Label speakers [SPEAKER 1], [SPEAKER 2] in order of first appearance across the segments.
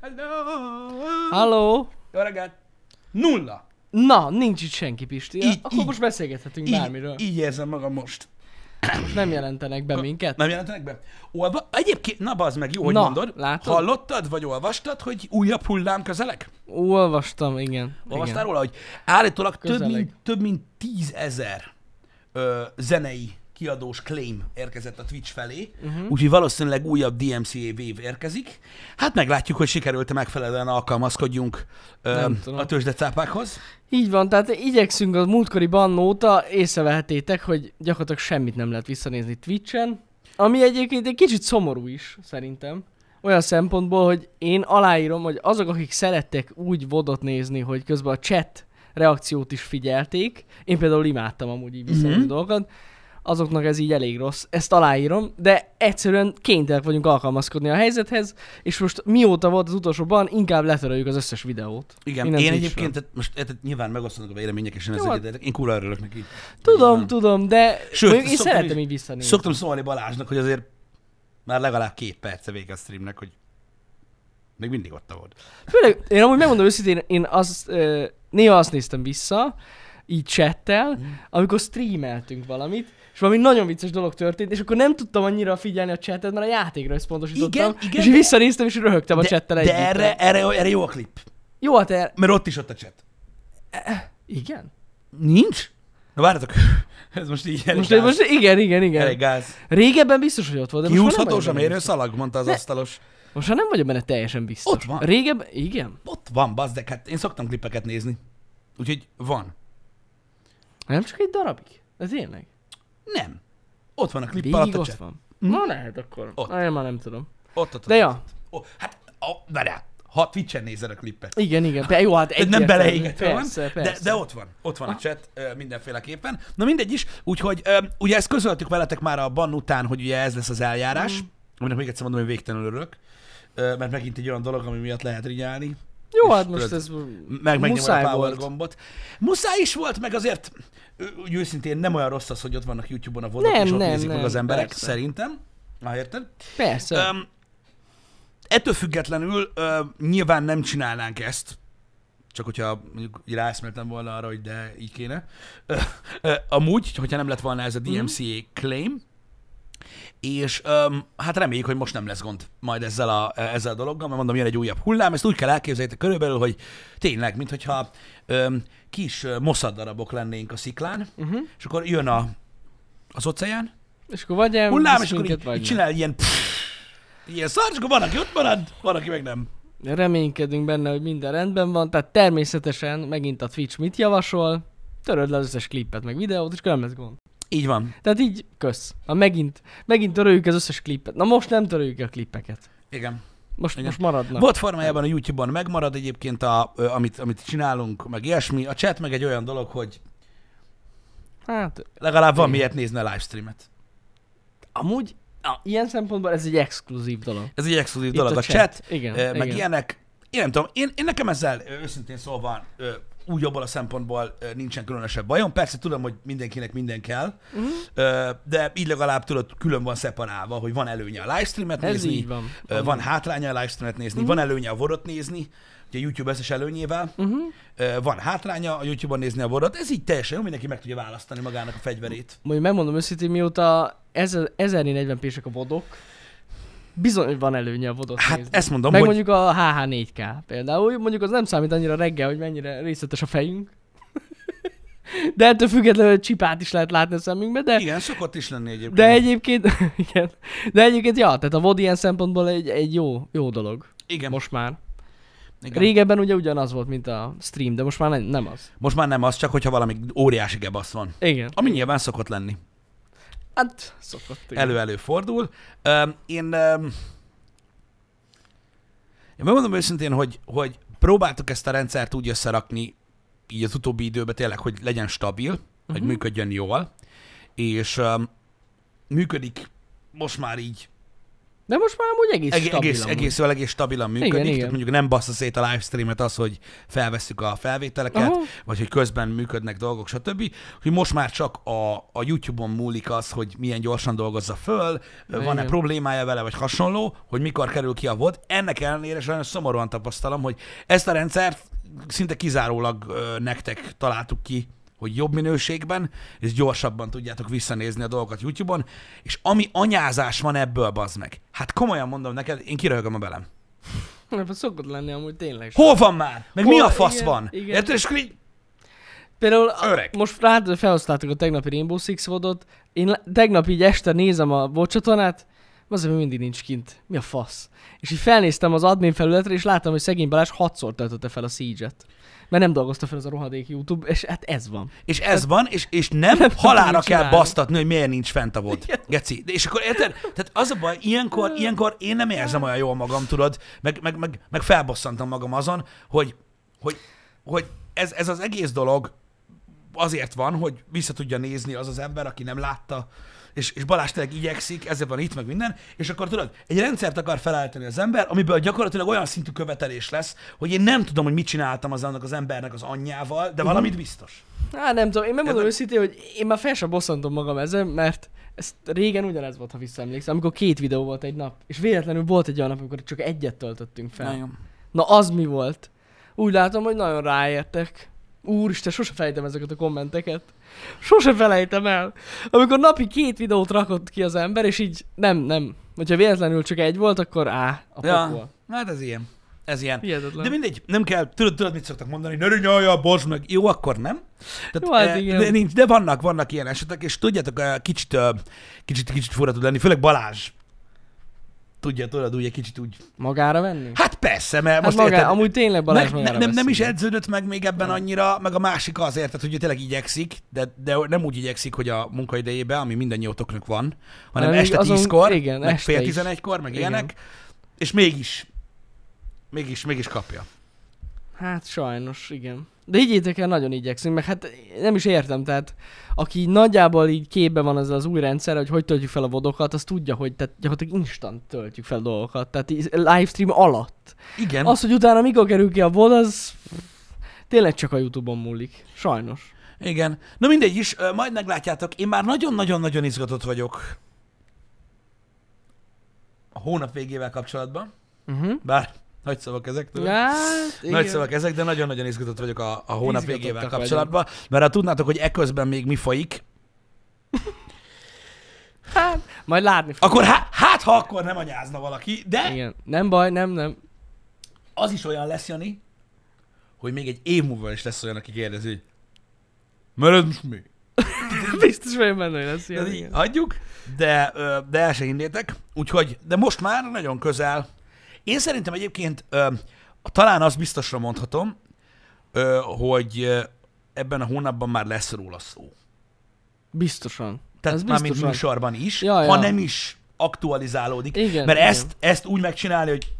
[SPEAKER 1] Hello!
[SPEAKER 2] Halló?
[SPEAKER 1] Jó reggelt! Nulla!
[SPEAKER 2] Na, nincs itt senki, Pisti.
[SPEAKER 1] Így,
[SPEAKER 2] Így, Akkor
[SPEAKER 1] így.
[SPEAKER 2] most beszélgethetünk bármiről.
[SPEAKER 1] Így, így érzem magam most.
[SPEAKER 2] Most nem jelentenek be minket.
[SPEAKER 1] Nem jelentenek be? Olva... Egyébként, na bazd meg, jó, hogy
[SPEAKER 2] Na,
[SPEAKER 1] mondod.
[SPEAKER 2] látod?
[SPEAKER 1] Hallottad, vagy olvastad, hogy újabb hullám közelek?
[SPEAKER 2] Ó, Olvastam, igen.
[SPEAKER 1] Olvastál
[SPEAKER 2] igen.
[SPEAKER 1] róla, hogy állítólag több
[SPEAKER 2] Közeleg.
[SPEAKER 1] mint, több mint tízezer ö, zenei kiadós claim érkezett a Twitch felé,
[SPEAKER 2] Mhm.
[SPEAKER 1] uh-huh. úgyhogy valószínűleg újabb DMCA Wave érkezik. Hát meglátjuk, hogy sikerült-e megfelelően alkalmazkodjunk ö,
[SPEAKER 2] Nem tudom.
[SPEAKER 1] a tőzsdecápákhoz.
[SPEAKER 2] Így van, tehát igyekszünk a múltkori bannóta, észrevehetétek, hogy gyakorlatilag semmit nem lehet visszanézni Twitchen. Ami egyébként egy kicsit szomorú is, szerintem. Olyan szempontból, hogy én aláírom, hogy azok, akik szerettek úgy vodot nézni, hogy közben a chat reakciót is figyelték, én például imádtam amúgy így visszanézni
[SPEAKER 1] Mhm.
[SPEAKER 2] dolgokat, azoknak ez így elég rossz, ezt aláírom, de egyszerűen kénytelenek vagyunk alkalmazkodni a helyzethez, és most mióta volt az utolsó ban, inkább letöröljük az összes videót.
[SPEAKER 1] Igen,
[SPEAKER 2] Innen
[SPEAKER 1] én
[SPEAKER 2] Twitchről.
[SPEAKER 1] egyébként, tehát most tehát nyilván megosztanak a vélemények, és én
[SPEAKER 2] Jó,
[SPEAKER 1] ezzel
[SPEAKER 2] hát-
[SPEAKER 1] egyetértek. én kurva örülök neki.
[SPEAKER 2] Tudom,
[SPEAKER 1] Nem.
[SPEAKER 2] tudom, de
[SPEAKER 1] Sőt,
[SPEAKER 2] Sőt, én
[SPEAKER 1] szoktam
[SPEAKER 2] szeretem
[SPEAKER 1] is-
[SPEAKER 2] így visszanézni.
[SPEAKER 1] Szoktam szólni Balázsnak, hogy azért már legalább két perce vége a streamnek, hogy még mindig ott volt.
[SPEAKER 2] Főleg, én amúgy megmondom őszintén, én azt, ö, néha azt néztem vissza, így csettel,
[SPEAKER 1] Mm.
[SPEAKER 2] amikor streameltünk valamit, és valami nagyon vicces dolog történt, és akkor nem tudtam annyira figyelni a csetet, mert a játékra összpontosítottam,
[SPEAKER 1] Igen, igen,
[SPEAKER 2] és így
[SPEAKER 1] de-
[SPEAKER 2] visszanéztem, és röhögtem a csettel együtt.
[SPEAKER 1] de erre, erre, erre jó a klip,
[SPEAKER 2] Jó, hát erre...
[SPEAKER 1] mert ott is ott a chat.
[SPEAKER 2] Igen?
[SPEAKER 1] Nincs? Na várjatok, ez most így elég
[SPEAKER 2] Most,
[SPEAKER 1] gáz.
[SPEAKER 2] most igen, igen, igen.
[SPEAKER 1] elég gáz.
[SPEAKER 2] Régebben biztos, hogy ott volt, de most már nem
[SPEAKER 1] Kiúszhatós a
[SPEAKER 2] vagyok benne
[SPEAKER 1] mérőszalag, mondta az
[SPEAKER 2] Ne.
[SPEAKER 1] asztalos.
[SPEAKER 2] biztos. Most már nem vagyok benne teljesen biztos.
[SPEAKER 1] Ott van.
[SPEAKER 2] Régebben, igen.
[SPEAKER 1] Ott van, bazdek, hát én szoktam klipeket nézni. Úgyhogy van.
[SPEAKER 2] Nem csak egy darabig. Ez tényleg.
[SPEAKER 1] Nem. Ott van a klip alatt
[SPEAKER 2] Végig
[SPEAKER 1] a
[SPEAKER 2] ott
[SPEAKER 1] chat.
[SPEAKER 2] van.
[SPEAKER 1] Hm?
[SPEAKER 2] Na lehet akkor.
[SPEAKER 1] Ott.
[SPEAKER 2] Na, én már nem tudom.
[SPEAKER 1] Ott, ott, ott.
[SPEAKER 2] De ja,
[SPEAKER 1] Ó, hát, ó, várjál, ha Twitch-en nézed a klippet.
[SPEAKER 2] igen, igen. De jó, hát
[SPEAKER 1] Egy nem
[SPEAKER 2] egyértelmű.
[SPEAKER 1] beleégetve van,
[SPEAKER 2] Persze,
[SPEAKER 1] de,
[SPEAKER 2] persze. Ah.
[SPEAKER 1] de ott van, ott van a chat ö, mindenféleképpen. Na mindegy is, úgyhogy ö, ugye ezt közöltük veletek már a ban után, hogy ugye ez lesz az eljárás, mm. aminek még egyszer mondom, hogy végtelenül örülök, ö, mert megint egy olyan dolog, ami miatt lehet rinyálni.
[SPEAKER 2] Jó,
[SPEAKER 1] és
[SPEAKER 2] hát most
[SPEAKER 1] tudod,
[SPEAKER 2] ez...
[SPEAKER 1] Meg megnyomod a
[SPEAKER 2] Muszáj
[SPEAKER 1] power
[SPEAKER 2] volt.
[SPEAKER 1] gombot. Muszáj is volt, meg azért ö, úgy őszintén nem olyan rossz az, hogy ott vannak YouTube-on a vodok,
[SPEAKER 2] Nem,
[SPEAKER 1] és ott
[SPEAKER 2] nem,
[SPEAKER 1] nézik meg
[SPEAKER 2] nem,
[SPEAKER 1] az emberek,
[SPEAKER 2] persze.
[SPEAKER 1] szerintem. Na, érted?
[SPEAKER 2] Persze.
[SPEAKER 1] Um, ettől függetlenül uh, nyilván nem csinálnánk ezt, csak hogyha mondjuk így ráeszméltem volna arra, hogy de így kéne. Uh, uh, amúgy, hogyha nem lett volna ez a DMCA claim, és um, hát reméljük, hogy most nem lesz gond majd ezzel a, ezzel a dologgal, mert mondom, jön egy újabb hullám, ezt úgy kell elképzeljétek körülbelül, hogy tényleg, mintha um, kis ö, moszaddarabok lennénk a sziklán, uh-huh. és akkor jön a, az óceán,
[SPEAKER 2] Mhm. És akkor vagy el,
[SPEAKER 1] hullám,
[SPEAKER 2] visz
[SPEAKER 1] és akkor
[SPEAKER 2] minket,
[SPEAKER 1] így,
[SPEAKER 2] vagy
[SPEAKER 1] így
[SPEAKER 2] nem.
[SPEAKER 1] csinál ilyen ilyen szar, és akkor van, aki ott marad, van, aki meg nem.
[SPEAKER 2] Reménykedünk benne, hogy minden rendben van. Tehát természetesen megint a Twitch mit javasol. Töröd le az összes klipet, meg videót, és akkor nem lesz gond.
[SPEAKER 1] Így van.
[SPEAKER 2] Tehát így, kösz. Ha megint, megint töröljük az összes klipet. Na most nem töröljük a klipeket.
[SPEAKER 1] Igen.
[SPEAKER 2] Most,
[SPEAKER 1] Igen.
[SPEAKER 2] most maradnak.
[SPEAKER 1] Volt formájában a YouTube-on megmarad egyébként, a, ö, amit, amit csinálunk, meg ilyesmi. A chat meg egy olyan dolog, hogy
[SPEAKER 2] Hát,
[SPEAKER 1] legalább van
[SPEAKER 2] Igen.
[SPEAKER 1] miért nézni a livestreamet.
[SPEAKER 2] amúgy a, ilyen szempontból ez egy exkluzív dolog.
[SPEAKER 1] Ez egy exkluzív
[SPEAKER 2] Itt
[SPEAKER 1] dolog. A, chat,
[SPEAKER 2] Igen,
[SPEAKER 1] ö,
[SPEAKER 2] igen.
[SPEAKER 1] meg ilyenek. Én nem tudom, én, én nekem ezzel ö, őszintén szólva ö, úgy abból a szempontból ö, nincsen különösebb bajom. Persze tudom, hogy mindenkinek minden kell,
[SPEAKER 2] Mhm.
[SPEAKER 1] ö, de így legalább tudod, külön van szeparálva, hogy van előnye a livestreamet
[SPEAKER 2] Ez
[SPEAKER 1] nézni,
[SPEAKER 2] így van.
[SPEAKER 1] Ö, Van hátránya a livestreamet nézni,
[SPEAKER 2] Mhm.
[SPEAKER 1] van előnye a vorot nézni, ugye YouTube összes előnyével,
[SPEAKER 2] Uh-huh.
[SPEAKER 1] Ö, van hátránya a YouTube-on nézni a vorot, ez így teljesen jó, mindenki meg tudja választani magának a fegyverét.
[SPEAKER 2] Mondjuk megmondom őszintén, mióta 1000 1040 pések a vodok, bizony, hogy van előnye a vodot
[SPEAKER 1] Hát
[SPEAKER 2] nézni.
[SPEAKER 1] ezt mondom,
[SPEAKER 2] Meg
[SPEAKER 1] hogy
[SPEAKER 2] mondjuk a HH4K például, mondjuk az nem számít annyira reggel, hogy mennyire részletes a fejünk. De ettől függetlenül csipát is lehet látni a szemünkbe, de,
[SPEAKER 1] igen, szokott is lenni egyébként.
[SPEAKER 2] de egyébként, igen, de egyébként, ja, tehát a VOD ilyen szempontból egy, egy jó, jó dolog.
[SPEAKER 1] igen, most,
[SPEAKER 2] Most már.
[SPEAKER 1] igen.
[SPEAKER 2] Igen. Régebben ugye ugyanaz volt, mint a stream, de most már nem, nem az.
[SPEAKER 1] most már nem az, csak hogyha valami óriási gebasz van.
[SPEAKER 2] Igen.
[SPEAKER 1] Ami nyilván szokott lenni.
[SPEAKER 2] Hát szokott. igen.
[SPEAKER 1] Elő-elő fordul. Öm, Én, öm, én megmondom őszintén, hogy, hogy próbáltuk ezt a rendszert úgy összerakni így az utóbbi időben tényleg, hogy legyen stabil, uh-huh. hogy
[SPEAKER 2] Mhm.
[SPEAKER 1] működjön jól, és öm, működik most már így
[SPEAKER 2] De most már amúgy egész
[SPEAKER 1] Egész,
[SPEAKER 2] stabil
[SPEAKER 1] egész,
[SPEAKER 2] amúgy.
[SPEAKER 1] egész, egész stabilan működik,
[SPEAKER 2] Igen,
[SPEAKER 1] igen, igen.
[SPEAKER 2] igen.
[SPEAKER 1] tehát mondjuk nem bassza szét a livestreamet az, hogy felvesszük a felvételeket,
[SPEAKER 2] Aha.
[SPEAKER 1] vagy hogy közben működnek dolgok, stb. Hogy most már csak a, a YouTube-on múlik az, hogy milyen gyorsan dolgozza föl, van-e
[SPEAKER 2] Igen.
[SPEAKER 1] problémája vele, vagy hasonló, hogy mikor kerül ki a VOD. Ennek ellenére sajnos szomorúan tapasztalom, hogy ezt a rendszert szinte kizárólag ö, nektek találtuk ki, hogy jobb minőségben, és gyorsabban tudjátok visszanézni a dolgokat YouTube-on, és ami anyázás van ebből, bazd meg. Hát komolyan mondom neked, én kiröhögöm a belem.
[SPEAKER 2] Nem, az szokott lenni amúgy tényleg.
[SPEAKER 1] Hol van már? Meg mi
[SPEAKER 2] Hol-
[SPEAKER 1] a fasz
[SPEAKER 2] igen,
[SPEAKER 1] van?
[SPEAKER 2] igen.
[SPEAKER 1] Érted? És akkor így
[SPEAKER 2] Például a-
[SPEAKER 1] Öreg.
[SPEAKER 2] most rád felhasználtuk a tegnapi Rainbow Six vodot, én le- tegnap így este nézem a bocsatornát, az ami mindig nincs kint. Mi a fasz? És így felnéztem az admin felületre, és láttam, hogy szegény Balázs hatszor töltötte fel a Siege-et. Mert nem dolgozta fel az a rohadék YouTube, és hát ez van.
[SPEAKER 1] És ez van, és, és nem,
[SPEAKER 2] Nem
[SPEAKER 1] nem
[SPEAKER 2] tudom,
[SPEAKER 1] halára
[SPEAKER 2] mit
[SPEAKER 1] kell
[SPEAKER 2] csinálni.
[SPEAKER 1] basztatni, hogy miért nincs fent a vod. Geci. De- És akkor érted? Tehát az a baj, ilyenkor, ilyenkor én nem érzem olyan jól magam, tudod, meg, meg, meg, meg felbosszantam magam azon, hogy, hogy, hogy ez, ez az egész dolog azért van, hogy vissza tudja nézni az az ember, aki nem látta, és, és Balázs tényleg igyekszik, ezért van itt, meg minden, és akkor tudod, egy rendszert akar felállítani az ember, amiből gyakorlatilag olyan szintű követelés lesz, hogy én nem tudom, hogy mit csináltam az annak az embernek az anyjával,
[SPEAKER 2] Mhm.
[SPEAKER 1] de valamit biztos.
[SPEAKER 2] Hát nem tudom, én megmondom
[SPEAKER 1] Ez-
[SPEAKER 2] őszintén, hogy én már fel sem bosszantom magam ezen, mert ez régen ugyanez volt, ha visszaemlékszem, amikor két videó volt egy nap, és véletlenül volt egy olyan nap, amikor csak egyet töltöttünk fel.
[SPEAKER 1] Nagyon.
[SPEAKER 2] Na az mi volt? Úgy látom, hogy nagyon ráértek. Úristen, sose felejtem ezeket a kommenteket. Sose felejtem el. Amikor napi két videót rakott ki az ember, és így nem, nem. Hogyha véletlenül csak egy volt, akkor á, a ja. pokol.
[SPEAKER 1] Ja, hát ez ilyen. Ez ilyen.
[SPEAKER 2] Hihetetlen.
[SPEAKER 1] De mindegy, nem kell, tudod, tudod mit szoktak mondani, ne rinyalja, bozd meg. Jó, akkor nem. Tehát,
[SPEAKER 2] Jó, hát
[SPEAKER 1] eh,
[SPEAKER 2] igen.
[SPEAKER 1] De, nincs, de vannak, vannak ilyen esetek, és tudjátok, eh, kicsit, eh, kicsit, kicsit fura tud lenni, főleg Balázs. Tudja, tudod, úgy egy kicsit úgy.
[SPEAKER 2] Magára venni?
[SPEAKER 1] Hát persze, mert
[SPEAKER 2] Hát
[SPEAKER 1] most
[SPEAKER 2] magá,
[SPEAKER 1] érted,
[SPEAKER 2] amúgy tényleg Balázs
[SPEAKER 1] meg,
[SPEAKER 2] meg,
[SPEAKER 1] nem, nem, nem is edződött meg még ebben annyira, meg a másik az érted, hogy ő tényleg igyekszik, de, de nem úgy igyekszik, hogy a munkaidejében, ami mindannyiótoknak van, hanem
[SPEAKER 2] Hanem
[SPEAKER 1] este
[SPEAKER 2] azon-
[SPEAKER 1] tízkor,
[SPEAKER 2] igen,
[SPEAKER 1] meg
[SPEAKER 2] este
[SPEAKER 1] fél
[SPEAKER 2] is.
[SPEAKER 1] tizenegykor, meg
[SPEAKER 2] Igen.
[SPEAKER 1] ilyenek, és mégis, mégis, mégis kapja.
[SPEAKER 2] Hát sajnos, igen. De higgyétek el, nagyon igyekszünk, meg hát nem is értem, tehát aki így nagyjából így képbe van ezzel az új rendszer, hogy hogy töltjük fel a vodokat, az tudja, hogy tehát gyakorlatilag instant töltjük fel dolgokat, tehát így livestream alatt.
[SPEAKER 1] Igen,
[SPEAKER 2] Az, hogy utána mikor kerül ki a vod, az tényleg csak a Youtube-on múlik. Sajnos.
[SPEAKER 1] igen. Na mindegy is, ö, majd meglátjátok, én már nagyon-nagyon-nagyon izgatott vagyok a hónap végével kapcsolatban,
[SPEAKER 2] Uh-huh.
[SPEAKER 1] bár nagy szavak ezek, tudod?
[SPEAKER 2] Hát, igen.
[SPEAKER 1] Mhm. Nagy szavak ezek, de nagyon-nagyon izgatott vagyok a, a hónap
[SPEAKER 2] Izgatottak
[SPEAKER 1] végével kapcsolatban, mert ha tudnátok, hogy eközben még mi folyik,
[SPEAKER 2] Hát, majd látni fog.
[SPEAKER 1] akkor há, hát ha akkor nem anyázna valaki, de Igen.
[SPEAKER 2] Igen. Nem baj, nem, nem.
[SPEAKER 1] az is olyan lesz, Jani, hogy még egy év múlva is lesz olyan, aki kérdezi, hogy mert ez most mi?
[SPEAKER 2] Biztos vagyok benne, hogy lesz ilyen.
[SPEAKER 1] Tehát így
[SPEAKER 2] igen.
[SPEAKER 1] hagyjuk, de, ö, de el se hinnétek. Úgyhogy, de most már nagyon közel. Én szerintem egyébként ö, talán azt biztosra mondhatom, ö, hogy ö, ebben a hónapban már lesz róla szó.
[SPEAKER 2] Biztosan.
[SPEAKER 1] Tehát
[SPEAKER 2] Ez
[SPEAKER 1] már mint
[SPEAKER 2] biztosan.
[SPEAKER 1] műsorban is,
[SPEAKER 2] Ja,
[SPEAKER 1] ja,
[SPEAKER 2] ja.
[SPEAKER 1] ha nem is aktualizálódik.
[SPEAKER 2] Igen,
[SPEAKER 1] mert
[SPEAKER 2] igen.
[SPEAKER 1] Ezt, ezt úgy megcsinálni, hogy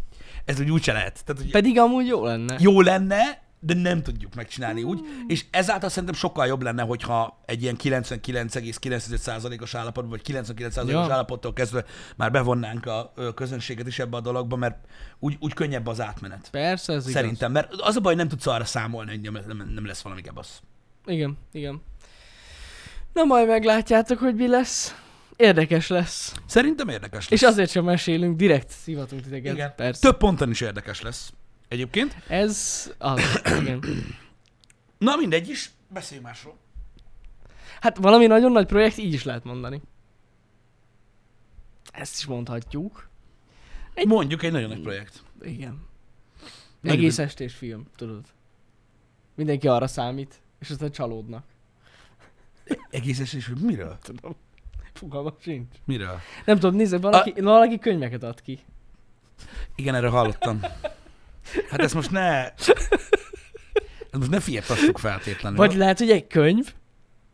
[SPEAKER 1] ez úgy úgyse lehet. Tehát, hogy
[SPEAKER 2] Pedig amúgy jó lenne.
[SPEAKER 1] jó lenne, de nem tudjuk megcsinálni úgy, és ezáltal szerintem sokkal jobb lenne, hogyha egy ilyen 99,9%-os állapotban, vagy 99%-os
[SPEAKER 2] Ja.
[SPEAKER 1] ja. állapottól kezdve már bevonnánk a ö, közönséget is ebbe a dologba, mert úgy, úgy könnyebb az átmenet.
[SPEAKER 2] Persze, ez igaz.
[SPEAKER 1] Szerintem, mert az a baj, nem tudsz arra számolni, hogy nem, nem, nem lesz valami gebasz.
[SPEAKER 2] Igen, igen. Na majd meglátjátok, hogy mi lesz. Érdekes lesz. lesz.
[SPEAKER 1] Szerintem érdekes lesz.
[SPEAKER 2] És azért sem mesélünk, direkt szivatunk titeket.
[SPEAKER 1] Igen.
[SPEAKER 2] Persze.
[SPEAKER 1] Több ponton is érdekes lesz. Egyébként.
[SPEAKER 2] Ez az, igen.
[SPEAKER 1] Na mindegy is, beszélj másról.
[SPEAKER 2] Hát valami nagyon nagy projekt, így is lehet mondani. Ezt is mondhatjuk. Egy-
[SPEAKER 1] Mondjuk egy nagyon nagy projekt.
[SPEAKER 2] Igen.
[SPEAKER 1] Nagyon-
[SPEAKER 2] Egész estés film, tudod. Mindenki arra számít, és aztán csalódnak.
[SPEAKER 1] Egész esés, hogy miről?
[SPEAKER 2] Tudom. Fogalmam sincs.
[SPEAKER 1] Miről?
[SPEAKER 2] Nem tudom, nézzek, valaki, a... valaki könyveket ad ki.
[SPEAKER 1] Igen, erre hallottam. Hát ezt most ne... Ezt most ne fiatassuk feltétlenül.
[SPEAKER 2] Vagy lehet, hogy egy könyv,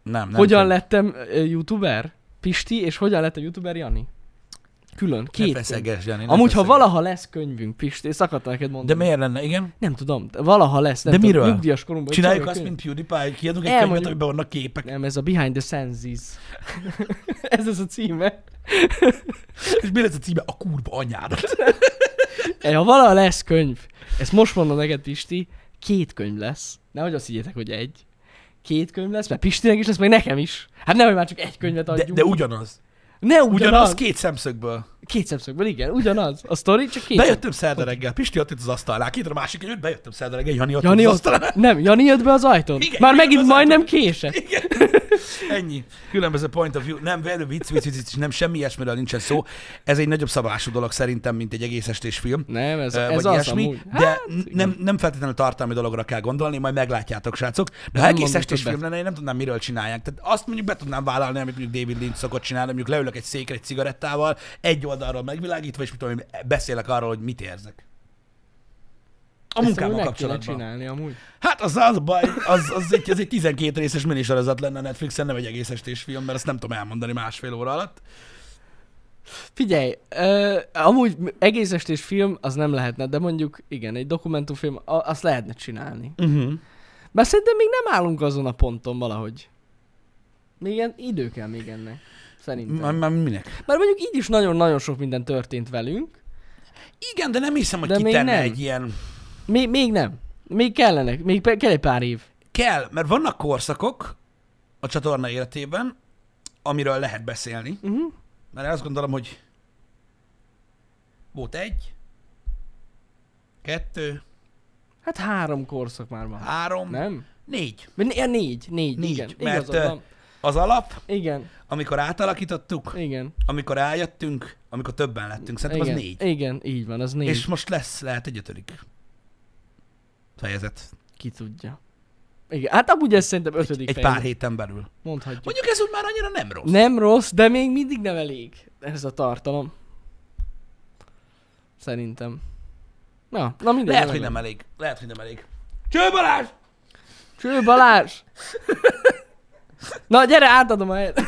[SPEAKER 1] nem, nem.
[SPEAKER 2] hogyan
[SPEAKER 1] tudom.
[SPEAKER 2] lettem ö, youtuber? Pisti, és hogyan lettem youtuber Jani? Külön,
[SPEAKER 1] Ne
[SPEAKER 2] két könyv.
[SPEAKER 1] feszegesd, Jani, ne
[SPEAKER 2] Amúgy, ha
[SPEAKER 1] feszegesd.
[SPEAKER 2] valaha lesz könyvünk, Pisti, ezt akartam neked mondani.
[SPEAKER 1] De miért lenne, igen?
[SPEAKER 2] Nem tudom, de valaha lesz, nem
[SPEAKER 1] De
[SPEAKER 2] tudom,
[SPEAKER 1] miről?
[SPEAKER 2] nyugdíjas korunkban.
[SPEAKER 1] Csináljuk azt,
[SPEAKER 2] csinálunk
[SPEAKER 1] mint PewDiePie, hogy kiadunk egy
[SPEAKER 2] Elmondjuk.
[SPEAKER 1] könyvet, amiben vannak képek.
[SPEAKER 2] könyvet. Nem, ez a Behind the Senses. ez az a címe.
[SPEAKER 1] És mi lesz a címe? A kurva anyádat.
[SPEAKER 2] Eh, Ha valaha lesz könyv, ezt most mondom neked, Pisti, két könyv lesz. Nehogy azt higgyetek, hogy egy. Két könyv lesz, mert Pistinek is lesz, meg nekem is. Hát nehogy már csak egy könyvet
[SPEAKER 1] De,
[SPEAKER 2] adjunk.
[SPEAKER 1] de ugyanaz.
[SPEAKER 2] ne ugyanaz.
[SPEAKER 1] Ugyanaz
[SPEAKER 2] két...
[SPEAKER 1] két szemszögből.
[SPEAKER 2] két szemszögből, igen, ugyanaz. A sztori csak két
[SPEAKER 1] Bejöttem szerda reggel. Pisti ott itt az asztalnál. Két a másik előtt bejöttem szerda reggel. Jani ott
[SPEAKER 2] Jani
[SPEAKER 1] Jani az
[SPEAKER 2] ott,
[SPEAKER 1] asztalnál.
[SPEAKER 2] nem, Jani jött be az ajtón.
[SPEAKER 1] Igen,
[SPEAKER 2] Már
[SPEAKER 1] jött be
[SPEAKER 2] megint
[SPEAKER 1] az
[SPEAKER 2] majdnem késett.
[SPEAKER 1] Igen. Ennyi. Különböző point of view. Nem, velő vicc, vicc, vicc, vicc, nem semmi ilyesmiről nincsen szó. Ez egy nagyobb szabású dolog szerintem, mint egy egész estés film.
[SPEAKER 2] Nem, ez,
[SPEAKER 1] Ez,
[SPEAKER 2] ez
[SPEAKER 1] vagy
[SPEAKER 2] az
[SPEAKER 1] ilyesmi,
[SPEAKER 2] amúgy. Hát,
[SPEAKER 1] de n- nem, nem feltétlenül tartalmi dologra kell gondolni, majd meglátjátok, srácok. De ha
[SPEAKER 2] Nem
[SPEAKER 1] egész
[SPEAKER 2] mondok
[SPEAKER 1] estés
[SPEAKER 2] többet.
[SPEAKER 1] film lenne, én nem tudnám, miről csinálják. Tehát azt mondjuk be tudnám vállalni, amit mondjuk David Lynch szokott csinálni, mondjuk leülök egy székre egy cigarettával, egy oldalról megvilágítva, és mit tudom, én, beszélek arról, hogy mit érzek. A
[SPEAKER 2] Ezt
[SPEAKER 1] munkámmal
[SPEAKER 2] amúgy meg kéne
[SPEAKER 1] kapcsolatban.
[SPEAKER 2] csinálni amúgy.
[SPEAKER 1] Hát az az a baj, az, az, egy, az egy 12 részes minisorozat lenne a Netflixen, nem egy egész estés film, mert azt nem tudom elmondani másfél óra alatt.
[SPEAKER 2] Figyelj, ö, amúgy m- egész estés film az nem lehetne, de mondjuk igen, egy dokumentumfilm, a- azt lehetne csinálni.
[SPEAKER 1] Uh-huh.
[SPEAKER 2] Bár szerintem még nem állunk azon a ponton valahogy. Még ilyen idő kell még ennek. Szerintem.
[SPEAKER 1] Már minek?
[SPEAKER 2] Mert mondjuk így is nagyon-nagyon sok minden történt velünk.
[SPEAKER 1] Igen, de nem hiszem, hogy
[SPEAKER 2] De még
[SPEAKER 1] kitenne
[SPEAKER 2] nem.
[SPEAKER 1] egy ilyen...
[SPEAKER 2] Még, még nem. Még kellene, még pe- kell egy pár év.
[SPEAKER 1] Kell, mert vannak korszakok a csatorna életében, amiről lehet beszélni,
[SPEAKER 2] Uh-huh.
[SPEAKER 1] mert én azt gondolom, hogy volt egy, kettő,
[SPEAKER 2] Hát három korszak már van.
[SPEAKER 1] három,
[SPEAKER 2] Nem?
[SPEAKER 1] négy.
[SPEAKER 2] Vagy né- ja, négy, négy,
[SPEAKER 1] Négy,
[SPEAKER 2] négy igen.
[SPEAKER 1] mert,
[SPEAKER 2] Igazad
[SPEAKER 1] ö,
[SPEAKER 2] van.
[SPEAKER 1] Az alap,
[SPEAKER 2] Igen,
[SPEAKER 1] amikor átalakítottuk,
[SPEAKER 2] igen.
[SPEAKER 1] amikor rájöttünk, amikor többen lettünk, szerintem
[SPEAKER 2] igen,
[SPEAKER 1] az négy.
[SPEAKER 2] Igen, így van, az négy.
[SPEAKER 1] És
[SPEAKER 2] És...
[SPEAKER 1] most lesz, lehet egy ötödik fejezet.
[SPEAKER 2] Ki tudja. Igen, hát amúgy ez szerintem ötödik
[SPEAKER 1] Egy
[SPEAKER 2] fejezet.
[SPEAKER 1] pár héten belül.
[SPEAKER 2] Mondhatjuk.
[SPEAKER 1] Mondjuk ez úgy már annyira nem rossz.
[SPEAKER 2] Nem rossz, de még mindig nem elég ez a tartalom. Szerintem. Na, na mindegy.
[SPEAKER 1] Lehet, hogy nem elég. Lehet, hogy nem elég. Cső Balázs!
[SPEAKER 2] Cső Balázs! na gyere, átadom a helyet.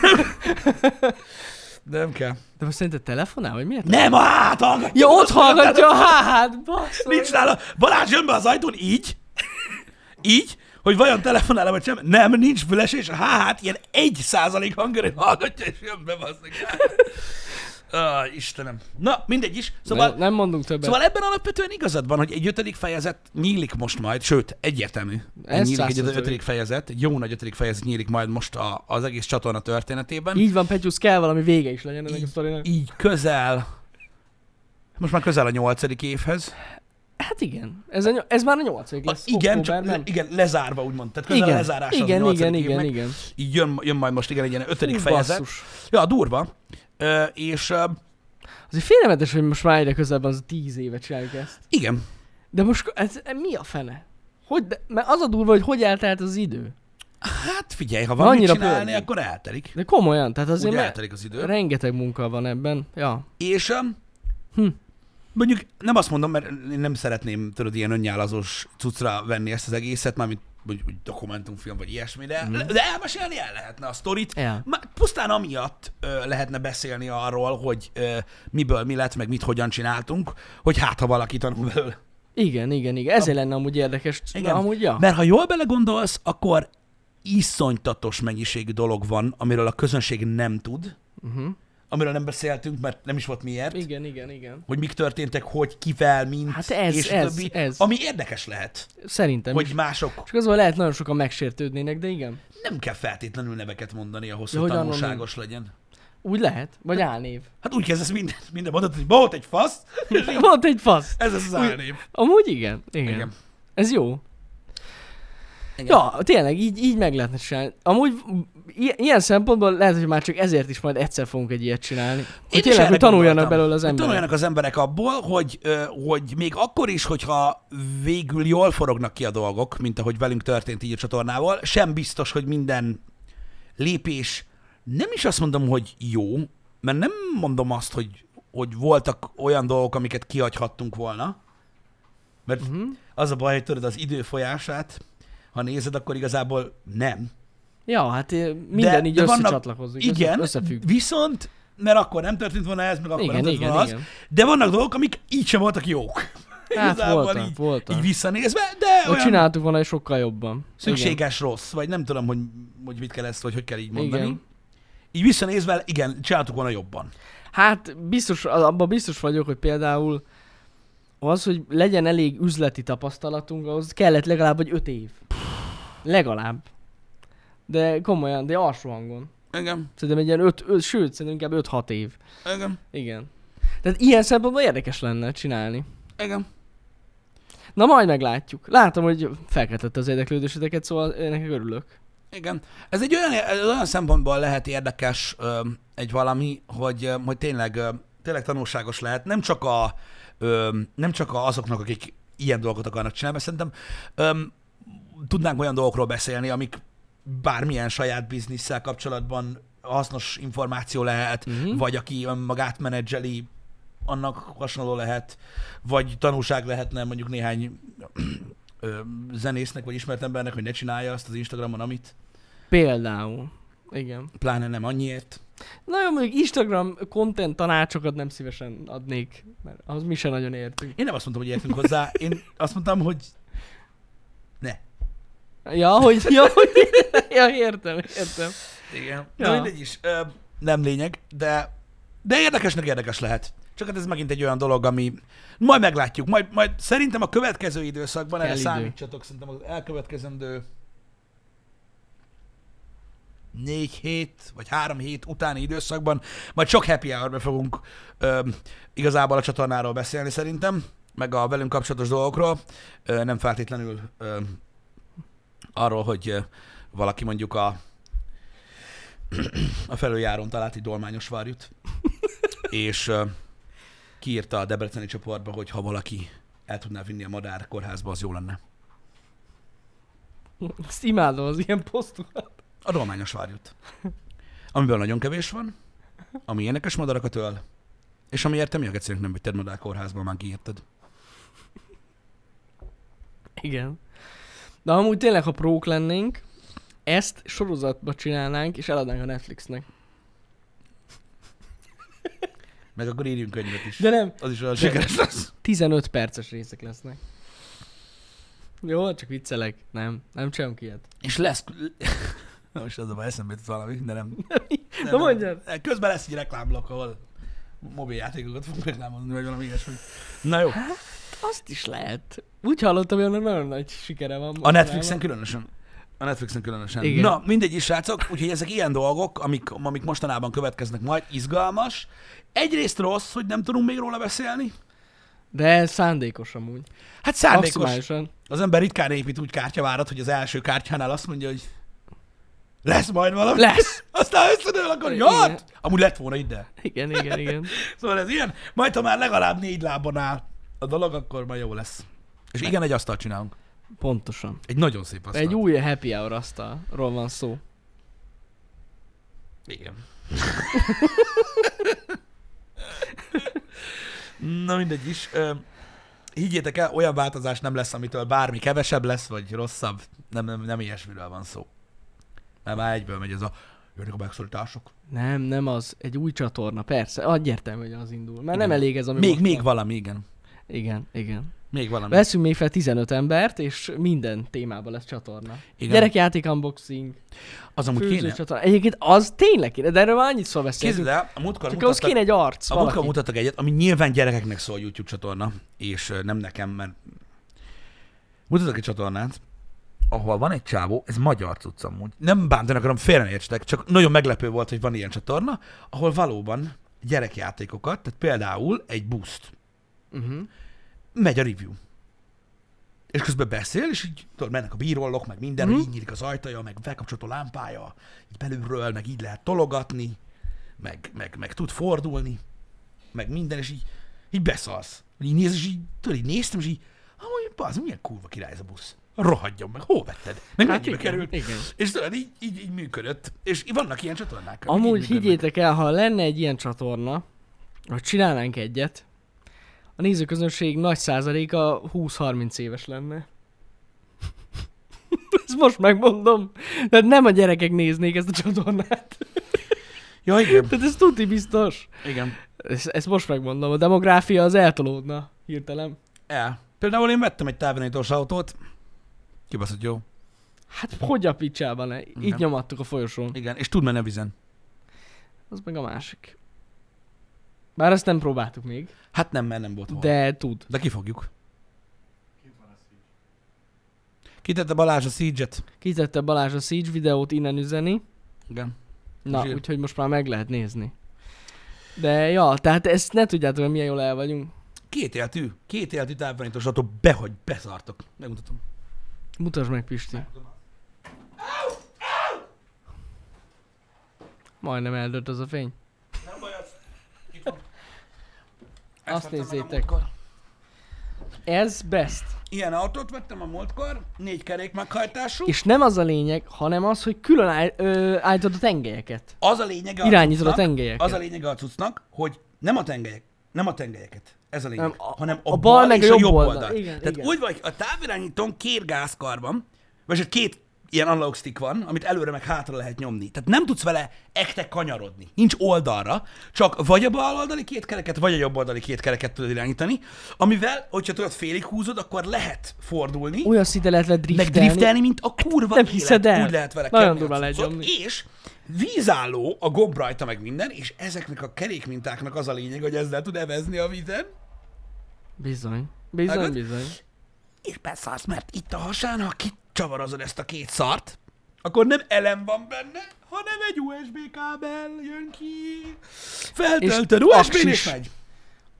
[SPEAKER 1] Nem kell.
[SPEAKER 2] De most szerinted telefonál, vagy miért?
[SPEAKER 1] Nem, hát hallgatja!
[SPEAKER 2] Ja, ott hallgatja a hát, basszol.
[SPEAKER 1] Nincs nála. Balázs jön be az ajtón így, így, hogy vajon telefonál vagy sem. Nem, nincs füles, és hát ilyen egy százalék hangerőn hallgatja, és jön be, bazdmeg. Ah, Istenem. Na, mindegy is. Szóval
[SPEAKER 2] Nem, nem mondunk többet.
[SPEAKER 1] Szóval ebben alapvetően igazad van, hogy egy ötödik fejezet nyílik most majd, sőt, egyértelmű.
[SPEAKER 2] Ez
[SPEAKER 1] nyílik egy
[SPEAKER 2] százszerzalék.
[SPEAKER 1] ötödik fejezet, egy jó nagy ötödik fejezet nyílik majd most a, az egész csatorna történetében.
[SPEAKER 2] Így van, Petyusz, kell valami vége is legyen ennek a
[SPEAKER 1] Így-
[SPEAKER 2] sztorinak.
[SPEAKER 1] Így közel, most már közel a nyolcadik évhez.
[SPEAKER 2] Hát igen, ez, a, ny- ez már a nyolcadik lesz.
[SPEAKER 1] igen,
[SPEAKER 2] október,
[SPEAKER 1] csak le,
[SPEAKER 2] nem?
[SPEAKER 1] igen, lezárva úgymond, tehát közel a
[SPEAKER 2] igen,
[SPEAKER 1] lezárás az
[SPEAKER 2] igen,
[SPEAKER 1] a
[SPEAKER 2] igen,
[SPEAKER 1] nyolcadik
[SPEAKER 2] igen,
[SPEAKER 1] évnek.
[SPEAKER 2] igen.
[SPEAKER 1] Így jön, jön majd most igen egy ilyen ötödik
[SPEAKER 2] Hú,
[SPEAKER 1] fejezet.
[SPEAKER 2] basszus.
[SPEAKER 1] Ja, durva. Ö, és ö,
[SPEAKER 2] Azért félelmetes, hogy most már egyre közelben az tíz éve csináljuk ezt.
[SPEAKER 1] igen,
[SPEAKER 2] De most ez, ez mi a fene? Hogy de, mert az a durva, hogy hogy eltelt az idő.
[SPEAKER 1] hát figyelj, ha van
[SPEAKER 2] Annyira
[SPEAKER 1] mit csinálni,
[SPEAKER 2] pörgünk.
[SPEAKER 1] akkor eltelik.
[SPEAKER 2] De komolyan, tehát azért
[SPEAKER 1] Úgy
[SPEAKER 2] mert
[SPEAKER 1] eltelik az idő.
[SPEAKER 2] rengeteg munka van ebben. Ja.
[SPEAKER 1] És um,
[SPEAKER 2] Hm.
[SPEAKER 1] mondjuk nem azt mondom, mert én nem szeretném, tudod, ilyen önnyálazós cuccra venni ezt az egészet, mármint mondjuk úgy dokumentumfilm vagy ilyesmi, de,
[SPEAKER 2] Mhm.
[SPEAKER 1] mm. de elmesélni el lehetne a sztorit.
[SPEAKER 2] El.
[SPEAKER 1] Már pusztán amiatt ö, lehetne beszélni arról, hogy ö, miből mi lett, meg mit hogyan csináltunk, hogy hát ha valaki tanul belőle.
[SPEAKER 2] Igen, igen, igen. Ezért lenne amúgy érdekes.
[SPEAKER 1] Igen.
[SPEAKER 2] Igen. Amúgy, ja.
[SPEAKER 1] Mert ha jól belegondolsz, akkor iszonytatos mennyiségű dolog van, amiről a közönség nem tud,
[SPEAKER 2] Uh-huh.
[SPEAKER 1] amiről nem beszéltünk, mert nem is volt miért
[SPEAKER 2] Igen, igen, igen.
[SPEAKER 1] hogy mik történtek, hogy kivel, mint,
[SPEAKER 2] Hát ez,
[SPEAKER 1] és a
[SPEAKER 2] ez,
[SPEAKER 1] többi,
[SPEAKER 2] ez.
[SPEAKER 1] ami érdekes lehet,
[SPEAKER 2] Szerintem
[SPEAKER 1] hogy
[SPEAKER 2] is.
[SPEAKER 1] mások
[SPEAKER 2] Csak azon lehet nagyon sokan megsértődnének, de igen.
[SPEAKER 1] nem kell feltétlenül neveket mondani ahhoz,
[SPEAKER 2] Ja,
[SPEAKER 1] hogy
[SPEAKER 2] hogy anonim.
[SPEAKER 1] tanulságos legyen.
[SPEAKER 2] Úgy lehet. Vagy állnév.
[SPEAKER 1] Hát úgy kezdesz minden, minden mondatot, hogy volt egy fasz, és így,
[SPEAKER 2] Volt egy fasz.
[SPEAKER 1] ez az állném.
[SPEAKER 2] Amúgy igen. Igen.
[SPEAKER 1] Igen.
[SPEAKER 2] igen. Ez jó.
[SPEAKER 1] Igen.
[SPEAKER 2] Ja, tényleg, így, így meg lehetne csinálni. Amúgy i- ilyen szempontból lehet, hogy már csak ezért is majd egyszer fogunk egy ilyet csinálni. Hogy
[SPEAKER 1] Én is
[SPEAKER 2] tényleg,
[SPEAKER 1] erre
[SPEAKER 2] hogy tanuljanak
[SPEAKER 1] gondoltam.
[SPEAKER 2] belőle az
[SPEAKER 1] Hogy
[SPEAKER 2] emberek.
[SPEAKER 1] Tanuljanak az emberek abból, hogy, ö, hogy még akkor is, hogyha végül jól forognak ki a dolgok, mint ahogy velünk történt így a csatornával, sem biztos, hogy minden lépés, nem is azt mondom, hogy jó, mert nem mondom azt, hogy, hogy voltak olyan dolgok, amiket kihagyhattunk volna, mert
[SPEAKER 2] Mhm.
[SPEAKER 1] uh-huh. az a baj, hogy tudod, az időfolyását, ha nézed, akkor igazából nem.
[SPEAKER 2] Ja, hát eh, minden
[SPEAKER 1] De-
[SPEAKER 2] így
[SPEAKER 1] de vannak-
[SPEAKER 2] összecsatlakozik, össze-
[SPEAKER 1] Igen,
[SPEAKER 2] összefügg.
[SPEAKER 1] viszont, mert akkor nem történt volna ez, meg akkor
[SPEAKER 2] Igen,
[SPEAKER 1] nem történt
[SPEAKER 2] igen,
[SPEAKER 1] volna az.
[SPEAKER 2] igen.
[SPEAKER 1] De vannak dolgok, amik így sem voltak jók.
[SPEAKER 2] Hát
[SPEAKER 1] Igazából
[SPEAKER 2] voltak,
[SPEAKER 1] így,
[SPEAKER 2] voltak.
[SPEAKER 1] így visszanézve, de
[SPEAKER 2] Hogy
[SPEAKER 1] olyan
[SPEAKER 2] csináltuk volna egy sokkal jobban.
[SPEAKER 1] szükséges rossz, vagy nem tudom, hogy, hogy mit kell ezt, vagy hogy kell így
[SPEAKER 2] Igen.
[SPEAKER 1] mondani.
[SPEAKER 2] Igen.
[SPEAKER 1] Így visszanézve, igen, csináltuk volna jobban.
[SPEAKER 2] Hát biztos, abban biztos vagyok, hogy például az, hogy legyen elég üzleti tapasztalatunk, ahhoz kellett legalább egy öt év. Legalább. De komolyan, de alsó hangon.
[SPEAKER 1] Igen,
[SPEAKER 2] Szerintem egy ilyen öt, öt sőt, szerintem inkább 5-6 év.
[SPEAKER 1] igen,
[SPEAKER 2] Igen. Tehát ilyen szempontból érdekes lenne csinálni.
[SPEAKER 1] igen.
[SPEAKER 2] Na majd meglátjuk. Látom, hogy felkeltette az érdeklődéseteket, szóval ennek örülök.
[SPEAKER 1] Igen. Ez egy olyan, ez olyan szempontból lehet érdekes ö, egy valami, hogy, ö, hogy tényleg, ö, tényleg tanulságos lehet. Nem csak, a, ö, nem csak a azoknak, akik ilyen dolgot akarnak csinálni, mert szerintem ö, tudnánk olyan dolgokról beszélni, amik bármilyen saját bizniszsel kapcsolatban hasznos információ lehet,
[SPEAKER 2] Mhm.
[SPEAKER 1] mm-hmm. vagy aki önmagát menedzseli, annak hasonló lehet, vagy tanulság lehetne mondjuk néhány ö, zenésznek, vagy ismert embernek, hogy ne csinálja azt az Instagramon, amit
[SPEAKER 2] Például. Igen.
[SPEAKER 1] pláne nem annyiért.
[SPEAKER 2] Na jó, mondjuk Instagram content tanácsokat nem szívesen adnék, mert ahhoz mi sem nagyon értünk.
[SPEAKER 1] Én nem azt mondtam, hogy értünk hozzá, én azt mondtam, hogy
[SPEAKER 2] Ja, hogy, ja, hogy, ja, értem, értem.
[SPEAKER 1] igen.
[SPEAKER 2] Ja.
[SPEAKER 1] Ja. Mindegy is. Ö, nem lényeg, de, de érdekesnek érdekes lehet. Csak hát ez megint egy olyan dolog, ami majd meglátjuk. Majd, majd szerintem a következő időszakban
[SPEAKER 2] Kell
[SPEAKER 1] erre
[SPEAKER 2] idő.
[SPEAKER 1] számítsatok, szerintem az elkövetkezendő négy hét vagy három hét utáni időszakban majd sok happy hour fogunk ö, igazából a csatornáról beszélni szerintem, meg a velünk kapcsolatos dolgokról, ö, nem feltétlenül ö, arról, hogy ö, valaki mondjuk a, a felüljáron talált egy dolmányos várjut, és ö, kiírta a debreceni csoportba, hogy ha valaki el tudná vinni a madár kórházba, az jó lenne.
[SPEAKER 2] Ezt imádom az ilyen posztokat.
[SPEAKER 1] A dolmányos várjut. Amiből nagyon kevés van, ami énekes madarakat öl, és amiért te mi a gecinek nem vitted madár kórházba, már kiírtad.
[SPEAKER 2] Igen. De amúgy tényleg, ha prók lennénk, ezt sorozatba csinálnánk, és eladnánk a Netflixnek.
[SPEAKER 1] Meg akkor írjunk könyvet is.
[SPEAKER 2] De nem,
[SPEAKER 1] Az is olyan sikeres lesz.
[SPEAKER 2] 15 perces részek lesznek. Jó, csak viccelek. Nem, nem csinálunk ilyet.
[SPEAKER 1] És lesz... Na most az a baj, eszembe jutott valami, de nem.
[SPEAKER 2] Na
[SPEAKER 1] nem.
[SPEAKER 2] mondjad.
[SPEAKER 1] Közben lesz egy reklámblokk, ahol mobiljátékokat fogunk reklámozni, vagy valami ilyesmi. Na jó.
[SPEAKER 2] Hát, Azt is lehet. Úgy hallottam, hogy annak nagyon nagy sikere van.
[SPEAKER 1] A
[SPEAKER 2] mostanában.
[SPEAKER 1] Netflixen különösen. A Netflixen különösen.
[SPEAKER 2] Igen.
[SPEAKER 1] Igen. Na, mindegy is, srácok, úgyhogy ezek ilyen dolgok, amik, amik mostanában következnek majd, izgalmas. Egyrészt rossz, hogy nem tudunk még róla beszélni.
[SPEAKER 2] De szándékos amúgy.
[SPEAKER 1] Hát szándékos.
[SPEAKER 2] Maximálisan.
[SPEAKER 1] Az ember ritkán épít úgy kártyavárat, hogy az első kártyánál azt mondja, hogy lesz majd valami.
[SPEAKER 2] Lesz!
[SPEAKER 1] Aztán összedől, akkor
[SPEAKER 2] Igen.
[SPEAKER 1] nyat! Amúgy lett volna ide.
[SPEAKER 2] Igen, igen, igen.
[SPEAKER 1] Szóval ez ilyen. Majd, ha már legalább négy lábon áll a dolog, akkor majd jó lesz. És igen, egy asztalt csinálunk.
[SPEAKER 2] Pontosan.
[SPEAKER 1] Egy nagyon szép asztalt.
[SPEAKER 2] Egy új happy hour asztalról van szó.
[SPEAKER 1] Igen. Na mindegy is. Ö, Higgyétek el, olyan változás nem lesz, amitől bármi kevesebb lesz, vagy rosszabb. Nem, nem, nem ilyesmiről van szó. Mert már egyből megy ez a jönnek a megszorítások.
[SPEAKER 2] Nem, nem az. Egy új csatorna, persze. Adj értem, hogy az indul. Mert nem
[SPEAKER 1] Igen.
[SPEAKER 2] elég ez, ami
[SPEAKER 1] Még,
[SPEAKER 2] most
[SPEAKER 1] még
[SPEAKER 2] van.
[SPEAKER 1] valami, igen.
[SPEAKER 2] Igen, igen.
[SPEAKER 1] Még valami.
[SPEAKER 2] Veszünk még fel 15 embert, és minden témában lesz csatorna. Igen.
[SPEAKER 1] Igen.
[SPEAKER 2] Gyerekjáték unboxing,
[SPEAKER 1] Az amúgy
[SPEAKER 2] főző
[SPEAKER 1] kéne.
[SPEAKER 2] csatorna. Egyébként az tényleg kéne, de erről már annyit szó beszéltünk.
[SPEAKER 1] Képzeld el, a múltkor
[SPEAKER 2] Csak ahhoz
[SPEAKER 1] mutattak,
[SPEAKER 2] kéne egy arc,
[SPEAKER 1] a múltkor
[SPEAKER 2] valaki.
[SPEAKER 1] mutattak egyet, ami nyilván gyerekeknek szól a YouTube csatorna, és ö, nem nekem, mert mutattak egy csatornát, ahol van egy csávó, ez magyar cucc amúgy. Nem bántani akarom, félre ne értsetek, csak nagyon meglepő volt, hogy van ilyen csatorna, ahol valóban gyerekjátékokat, tehát például egy boost,
[SPEAKER 2] Uh-huh.
[SPEAKER 1] megy a review. És közben beszél, és így tudod, mennek a bírollok, meg minden,
[SPEAKER 2] Mhm.
[SPEAKER 1] mm. így nyílik az ajtaja, meg felkapcsolható lámpája, így belülről, meg így lehet tologatni, meg, meg, meg tud fordulni, meg minden, és így, így beszalsz. Így néz, és így, tudod, így néztem, és így, amúgy, bazd, milyen kurva király ez a busz. Rohadjon meg, hol vetted? Meg hát mennyibe
[SPEAKER 2] igen,
[SPEAKER 1] került?
[SPEAKER 2] igen.
[SPEAKER 1] És tudod, így, így, így működött. És vannak ilyen csatornák. amik így
[SPEAKER 2] Amúgy
[SPEAKER 1] működnek.
[SPEAKER 2] higgyétek el, ha lenne egy ilyen csatorna, vagy csinálnánk egyet, a nézőközönség nagy százaléka 20-30 éves lenne. Ezt most megmondom. Tehát nem a gyerekek néznék ezt a csatornát.
[SPEAKER 1] Ja, igen.
[SPEAKER 2] Tehát ez tuti biztos.
[SPEAKER 1] igen.
[SPEAKER 2] Ezt, ezt most megmondom, a demográfia az eltolódna hirtelen.
[SPEAKER 1] El. Például én vettem egy távirányítós autót, kibaszott jó.
[SPEAKER 2] Hát hogy a picsában ne? Így
[SPEAKER 1] Igen.
[SPEAKER 2] nyomattuk a folyosón.
[SPEAKER 1] Igen, és tud menni a vizen.
[SPEAKER 2] az meg a másik. Bár ezt nem próbáltuk még,
[SPEAKER 1] Hát nem, mert nem volt hol.
[SPEAKER 2] de tud.
[SPEAKER 1] De kifogjuk. Kitette Balázs a Siege-et.
[SPEAKER 2] Kitette Balázs a Siege videót innen üzeni,
[SPEAKER 1] Igen.
[SPEAKER 2] na,
[SPEAKER 1] Zsír.
[SPEAKER 2] úgyhogy most már meg lehet nézni. De ja, tehát ezt ne tudjátok, hogy milyen jól el vagyunk.
[SPEAKER 1] Kétéltű, kétéltű távirányítós autó, behagy, beszartok. Megmutatom.
[SPEAKER 2] Mutasd meg, Pisti. Majdnem eldött az a fény.
[SPEAKER 1] Nem baj az.
[SPEAKER 2] Azt nézzétek. Ez best.
[SPEAKER 1] Ilyen autót vettem a múltkor, négy kerék meghajtású.
[SPEAKER 2] És nem az a lényeg, hanem az, hogy külön áll, ö, állítod a tengelyeket.
[SPEAKER 1] Az a lényege
[SPEAKER 2] Irányítod a
[SPEAKER 1] cuccnak-
[SPEAKER 2] tengelyeket.
[SPEAKER 1] Az a lényege a cuccnak, hogy nem a tengelyek, nem a tengelyeket. Ez a lényeg.
[SPEAKER 2] Nem,
[SPEAKER 1] Nem,
[SPEAKER 2] a-
[SPEAKER 1] a, hanem a,
[SPEAKER 2] a
[SPEAKER 1] a
[SPEAKER 2] bal
[SPEAKER 1] bal,
[SPEAKER 2] meg
[SPEAKER 1] és a jobb oldal.
[SPEAKER 2] Igen,
[SPEAKER 1] Tehát
[SPEAKER 2] igen.
[SPEAKER 1] úgy vagy, a távirányítón két gázkar van, vagy hát két ilyen analog stick van, amit előre meg hátra lehet nyomni. Tehát nem tudsz vele ekte kanyarodni. Nincs oldalra, csak vagy a bal oldali két kereket, vagy a jobb oldali két kereket tudod irányítani, amivel, hogyha tudod félig húzod, akkor lehet fordulni,
[SPEAKER 2] Olyan szinte lehet le
[SPEAKER 1] meg
[SPEAKER 2] driftelni. Hát
[SPEAKER 1] driftelni, mint a kurva
[SPEAKER 2] nem
[SPEAKER 1] élet.
[SPEAKER 2] hiszed el.
[SPEAKER 1] Úgy lehet vele
[SPEAKER 2] Nagyon
[SPEAKER 1] kenni a
[SPEAKER 2] durván lehet
[SPEAKER 1] cuccot.
[SPEAKER 2] nyomni.
[SPEAKER 1] És vízálló a gomb rajta meg minden, és ezeknek a kerékmintáknak az a lényeg, hogy ezzel tud evezni a vízen,
[SPEAKER 2] Bizony. Bizony,
[SPEAKER 1] Vágod?
[SPEAKER 2] bizony.
[SPEAKER 1] és beszarsz, mert itt a hasán, ha kicsavarozod ezt a két szart, akkor nem elem van benne, hanem egy USB kábel jön ki. Feltöltöd
[SPEAKER 2] És
[SPEAKER 1] USB-n
[SPEAKER 2] aksis.
[SPEAKER 1] és megy.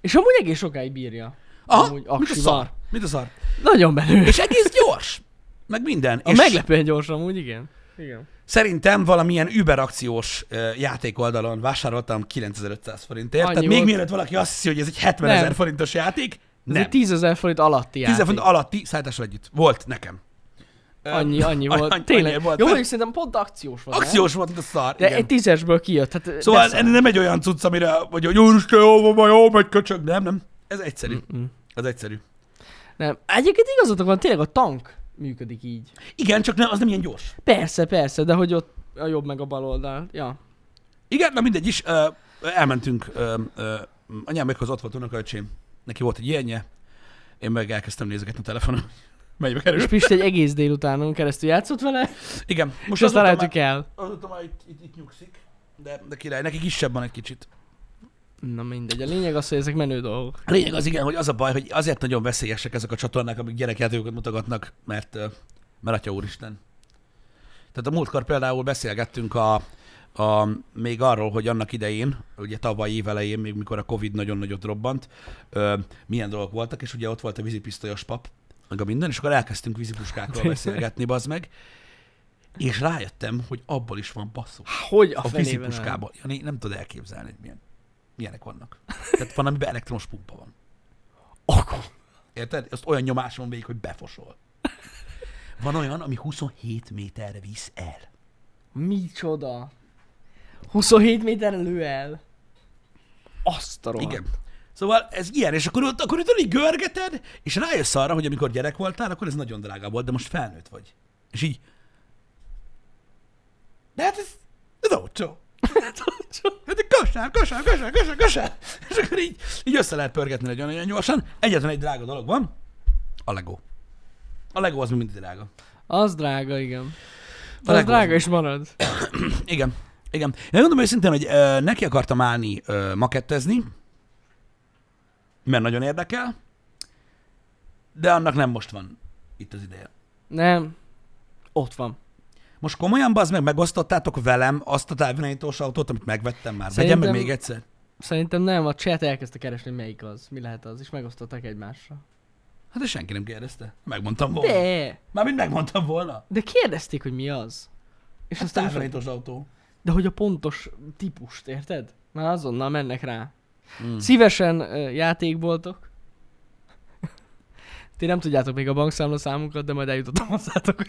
[SPEAKER 2] És amúgy egész sokáig bírja.
[SPEAKER 1] Aha,
[SPEAKER 2] Amúgy
[SPEAKER 1] mint a
[SPEAKER 2] aksival.
[SPEAKER 1] szar. Mint a szar.
[SPEAKER 2] Nagyon belő.
[SPEAKER 1] És egész gyors. Meg minden.
[SPEAKER 2] A
[SPEAKER 1] és
[SPEAKER 2] meglepően gyorsan, amúgy igen. Igen.
[SPEAKER 1] Szerintem valamilyen Uber akciós ö, játék oldalon vásároltam 9500 forintért.
[SPEAKER 2] Annyi
[SPEAKER 1] Tehát még
[SPEAKER 2] volt.
[SPEAKER 1] mielőtt valaki azt hiszi, hogy ez egy 70
[SPEAKER 2] Nem.
[SPEAKER 1] ezer forintos játék,
[SPEAKER 2] Ez
[SPEAKER 1] nem.
[SPEAKER 2] egy 10 ezer forint alatti
[SPEAKER 1] 10
[SPEAKER 2] játék.
[SPEAKER 1] forint alatti szállítással együtt. Volt nekem. Ö,
[SPEAKER 2] Annyi, annyi volt.
[SPEAKER 1] annyi
[SPEAKER 2] Tényleg.
[SPEAKER 1] volt.
[SPEAKER 2] Jó, mondjuk szerintem pont akciós volt. nem?
[SPEAKER 1] Akciós volt, mint a szar.
[SPEAKER 2] De
[SPEAKER 1] igen.
[SPEAKER 2] egy tízesből kijött. Hát,
[SPEAKER 1] Szóval ez
[SPEAKER 2] persze.
[SPEAKER 1] nem egy olyan cucc, amire, vagy hogy úristen, jó van, majd jó, megy köcsög. Nem, nem. Ez egyszerű.
[SPEAKER 2] Mm.
[SPEAKER 1] Ez egyszerű.
[SPEAKER 2] Nem. Egyébként igazatok van, tényleg a tank működik így.
[SPEAKER 1] Igen, csak nem, az nem ilyen gyors.
[SPEAKER 2] Persze, persze, de hogy ott a jobb meg a bal oldal. Ja.
[SPEAKER 1] Igen, na mindegy is, ö, elmentünk, ö, ö, anyámékhoz ott volt unokaöcsém, neki volt egy ilyenje, én meg elkezdtem nézegetni a telefonon, megybe kerül.
[SPEAKER 2] És Pisti egy egész délutánon keresztül játszott vele,
[SPEAKER 1] Igen,
[SPEAKER 2] és
[SPEAKER 1] most
[SPEAKER 2] aztán
[SPEAKER 1] azóta már,
[SPEAKER 2] rájöttük el.
[SPEAKER 1] azóta már itt, itt, itt nyugszik, de, de király, neki kisebb van egy kicsit.
[SPEAKER 2] Na mindegy, a lényeg az, hogy ezek menő dolgok.
[SPEAKER 1] A lényeg az igen, hogy az a baj, hogy azért nagyon veszélyesek ezek a csatornák, amik gyerekjátékokat mutogatnak, mert, ö, mert atya úristen. Tehát a múltkor például beszélgettünk a, a, még arról, hogy annak idején, ugye tavaly év elején, még mikor a Covid nagyon nagyot robbant, ö, milyen dolgok voltak, és ugye ott volt a vízipisztolyos pap, meg a minden, és akkor elkezdtünk vízipuskákról beszélgetni, bazd meg, és rájöttem, hogy abból is van basszus
[SPEAKER 2] Hogy a,
[SPEAKER 1] a
[SPEAKER 2] fenében
[SPEAKER 1] vízipuskában. Jani, nem tudod elképzelni, hogy milyen, milyenek vannak. Tehát van, amiben elektromos pumpa van.
[SPEAKER 2] el? Akkor.
[SPEAKER 1] Érted? Azt olyan nyomás van végig, hogy befosol. Van olyan, ami 27 méterre visz el.
[SPEAKER 2] Micsoda. 27 méterre lő el. Azt a rohadt.
[SPEAKER 1] Igen. Szóval ez ilyen, és akkor, ott- akkor itt így görgeted, és rájössz arra, hogy amikor gyerek voltál, akkor ez nagyon drága volt, de most felnőtt vagy. És így... De hát ez... Ez olcsó. Hát egy kosár, kosár, kosár, kosár, kosár. És akkor így, így össze lehet pörgetni nagyon-nagyon gyorsan. Egyetlen egy drága dolog van, a Lego. A Lego az még mindig drága.
[SPEAKER 2] Az drága, igen.
[SPEAKER 1] A
[SPEAKER 2] Az
[SPEAKER 1] legolcsóbb.
[SPEAKER 2] drága is marad.
[SPEAKER 1] Igen. Igen. Én megmondom őszintén, hogy ö, neki akartam állni ö, makettezni, mert nagyon érdekel, de annak nem most van itt az ideje.
[SPEAKER 2] Nem. Ott van.
[SPEAKER 1] Most komolyan, bazd meg, megosztottátok velem azt a távirányítós autót, amit megvettem már. Vegyem meg
[SPEAKER 2] Szerintem-
[SPEAKER 1] még egyszer.
[SPEAKER 2] Szerintem nem, a chat elkezdte keresni, hogy melyik az, mi lehet az, és megosztották egymásra.
[SPEAKER 1] Hát de senki nem kérdezte. Megmondtam volna. De...
[SPEAKER 2] De,
[SPEAKER 1] Mármint megmondtam volna.
[SPEAKER 2] de kérdezték, hogy mi az. És
[SPEAKER 1] Ez
[SPEAKER 2] aztán fel...
[SPEAKER 1] távirányítós autó.
[SPEAKER 2] De hogy a pontos típust, érted? Már azonnal mennek rá.
[SPEAKER 1] Mm.
[SPEAKER 2] Szívesen ö, játékboltok. Ti nem tudjátok még a bankszámla számunkat, de majd eljutottam hozzátok.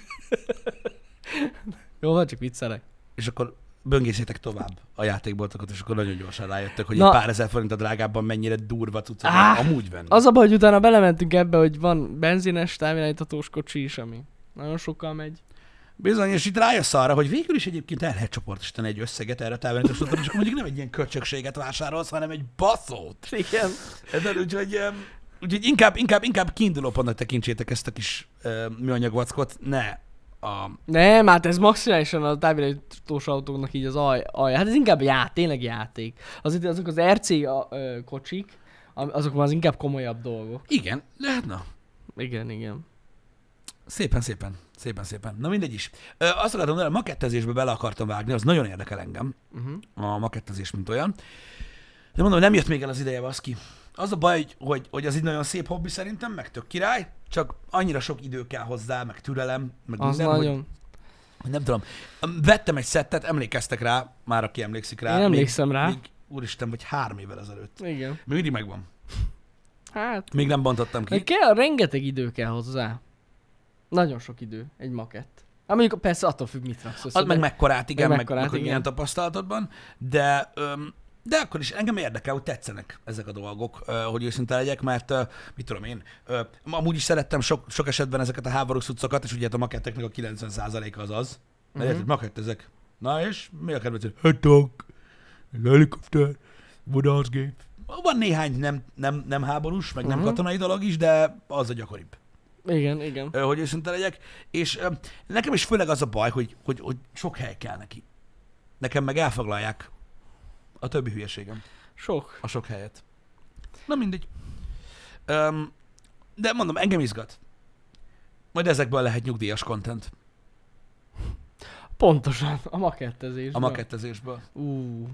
[SPEAKER 2] Jó van, csak viccelek.
[SPEAKER 1] És akkor böngészétek tovább a játékboltokat, és akkor nagyon gyorsan rájöttök, hogy
[SPEAKER 2] Na.
[SPEAKER 1] egy pár ezer forint a drágábban mennyire durva cuccok
[SPEAKER 2] Áh!
[SPEAKER 1] amúgy venni.
[SPEAKER 2] Az a baj, hogy utána belementünk ebbe, hogy van benzines távirányítatós kocsi is, ami nagyon sokkal megy.
[SPEAKER 1] Bizony, és itt rájössz arra, hogy végül is egyébként el lehet csoportosítani egy összeget erre a távirányítósodra, és akkor mondjuk nem egy ilyen köcsökséget vásárolsz, hanem egy baszót.
[SPEAKER 2] Igen.
[SPEAKER 1] Ezzel, úgyhogy, em, úgyhogy inkább, inkább, inkább kiinduló pontnak tekintsétek ezt a kis ö, műanyagvackot, ne a,
[SPEAKER 2] Nem, hát ez maximálisan a távirányítós autóknak így az alj, alj. Hát ez inkább ját, tényleg játék. Az, itt- azok az RC a, ö, kocsik, am- azok már az inkább komolyabb dolgok.
[SPEAKER 1] igen, lehet, na,
[SPEAKER 2] Igen, igen.
[SPEAKER 1] Szépen, szépen, szépen, szépen. Na mindegy is. Ö, azt akartam mondani, a makettezésbe bele akartam vágni, az nagyon érdekel engem,
[SPEAKER 2] Uh-huh.
[SPEAKER 1] a makettezés, mint olyan. De mondom, nem jött még el az ideje, az ki. Az a baj, hogy, hogy, hogy az egy nagyon szép hobbi szerintem, meg tök király, csak annyira sok idő kell hozzá, meg türelem, meg
[SPEAKER 2] Az
[SPEAKER 1] minden, hogy,
[SPEAKER 2] nagyon...
[SPEAKER 1] hogy nem tudom. Vettem egy szettet, emlékeztek rá, már aki emlékszik rá.
[SPEAKER 2] Én emlékszem
[SPEAKER 1] még,
[SPEAKER 2] rá.
[SPEAKER 1] Még, úristen, vagy három évvel ezelőtt.
[SPEAKER 2] Igen.
[SPEAKER 1] Még mindig megvan.
[SPEAKER 2] Hát,
[SPEAKER 1] Még nem bontottam ki.
[SPEAKER 2] de kell, rengeteg idő kell hozzá. Nagyon sok idő, egy makett. Hát mondjuk persze attól függ, mit raksz össze.
[SPEAKER 1] Az meg
[SPEAKER 2] de-
[SPEAKER 1] mekkorát, igen, meg,
[SPEAKER 2] Szóval- mekkorát,
[SPEAKER 1] meg hogy
[SPEAKER 2] igen.
[SPEAKER 1] milyen tapasztalatodban, de, öm, de akkor is engem érdekel, hogy tetszenek ezek a dolgok, ö, hogy őszinte legyek, mert ö, mit tudom én, ö, amúgy is szerettem sok, sok esetben ezeket a háborús utcokat, és ugye hát a maketteknek a 90%-a az az. Mert
[SPEAKER 2] Mhm.
[SPEAKER 1] uh-huh. makettezek. Na és mi a kedvenc? Hot dog, helikopter, vadászgép. Van néhány nem, nem, nem háborús, meg nem
[SPEAKER 2] Mhm.
[SPEAKER 1] uh-huh. katonai dolog is, de az a gyakoribb.
[SPEAKER 2] Igen, igen.
[SPEAKER 1] Ö, hogy őszinte legyek, és ö, nekem is főleg az a baj, hogy, hogy, hogy sok hely kell neki. Nekem meg elfoglalják a többi hülyeségem,
[SPEAKER 2] Sok.
[SPEAKER 1] a sok helyet. Na mindegy. Öm, de mondom, engem izgat. Majd ezekből lehet nyugdíjas content
[SPEAKER 2] Pontosan, a makettezés.
[SPEAKER 1] a makettezésből.
[SPEAKER 2] Ú,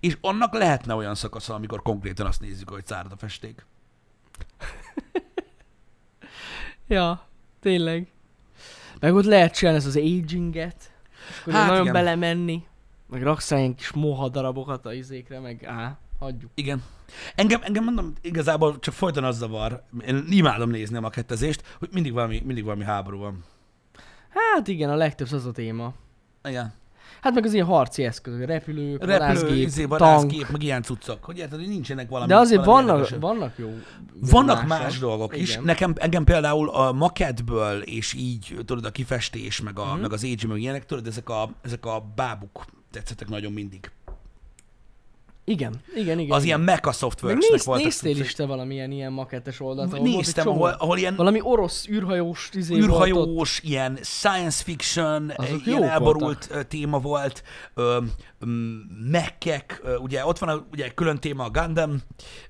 [SPEAKER 1] És annak lehetne olyan szakasza, amikor konkrétan azt nézzük, hogy szárad a festék.
[SPEAKER 2] ja, tényleg. Meg ott lehet csinálni ezt az aginget, és akkor
[SPEAKER 1] Hát
[SPEAKER 2] hát nagyon
[SPEAKER 1] igen.
[SPEAKER 2] igen. belemenni, meg raksz rá ilyen kis moha darabokat a izékre, meg á, hagyjuk.
[SPEAKER 1] Igen. Engem, engem mondom, igazából csak folyton az zavar, én imádom nézni a makettezést, hogy mindig valami, mindig valami háború van.
[SPEAKER 2] Hát igen, a legtöbb az a téma.
[SPEAKER 1] Igen.
[SPEAKER 2] Hát meg az ilyen harci eszközök, repülők,
[SPEAKER 1] repülő,
[SPEAKER 2] vadászgép,
[SPEAKER 1] izé,
[SPEAKER 2] tank,
[SPEAKER 1] vadászgép, meg ilyen cuccok. Hogy érted, hogy nincsenek valami
[SPEAKER 2] De azért
[SPEAKER 1] valami
[SPEAKER 2] vannak,
[SPEAKER 1] érdekesebb.
[SPEAKER 2] vannak jó...
[SPEAKER 1] vannak
[SPEAKER 2] mások.
[SPEAKER 1] más dolgok is.
[SPEAKER 2] Igen.
[SPEAKER 1] Nekem, engem például a maketből, és így tudod, a kifestés, meg, a,
[SPEAKER 2] Mhm.
[SPEAKER 1] meg az age, meg ilyenek, tudod, ezek a, ezek a bábuk tetszettek nagyon mindig.
[SPEAKER 2] Igen, igen, igen.
[SPEAKER 1] Igen, az
[SPEAKER 2] igen.
[SPEAKER 1] ilyen mecha softworks
[SPEAKER 2] Meg néz,
[SPEAKER 1] voltak.
[SPEAKER 2] néztél
[SPEAKER 1] cuccai.
[SPEAKER 2] is te valamilyen ilyen makettes oldalt, ahol volt egy
[SPEAKER 1] Néztem,
[SPEAKER 2] csomó,
[SPEAKER 1] ahol, ahol ilyen
[SPEAKER 2] valami orosz űrhajós izé volt ott.
[SPEAKER 1] űrhajós, ilyen science fiction, eh,
[SPEAKER 2] Azok
[SPEAKER 1] ilyen
[SPEAKER 2] jók
[SPEAKER 1] elborult voltak. téma volt, ö, m, mekkek, ö, ugye ott van a, ugye egy külön téma a Gundam,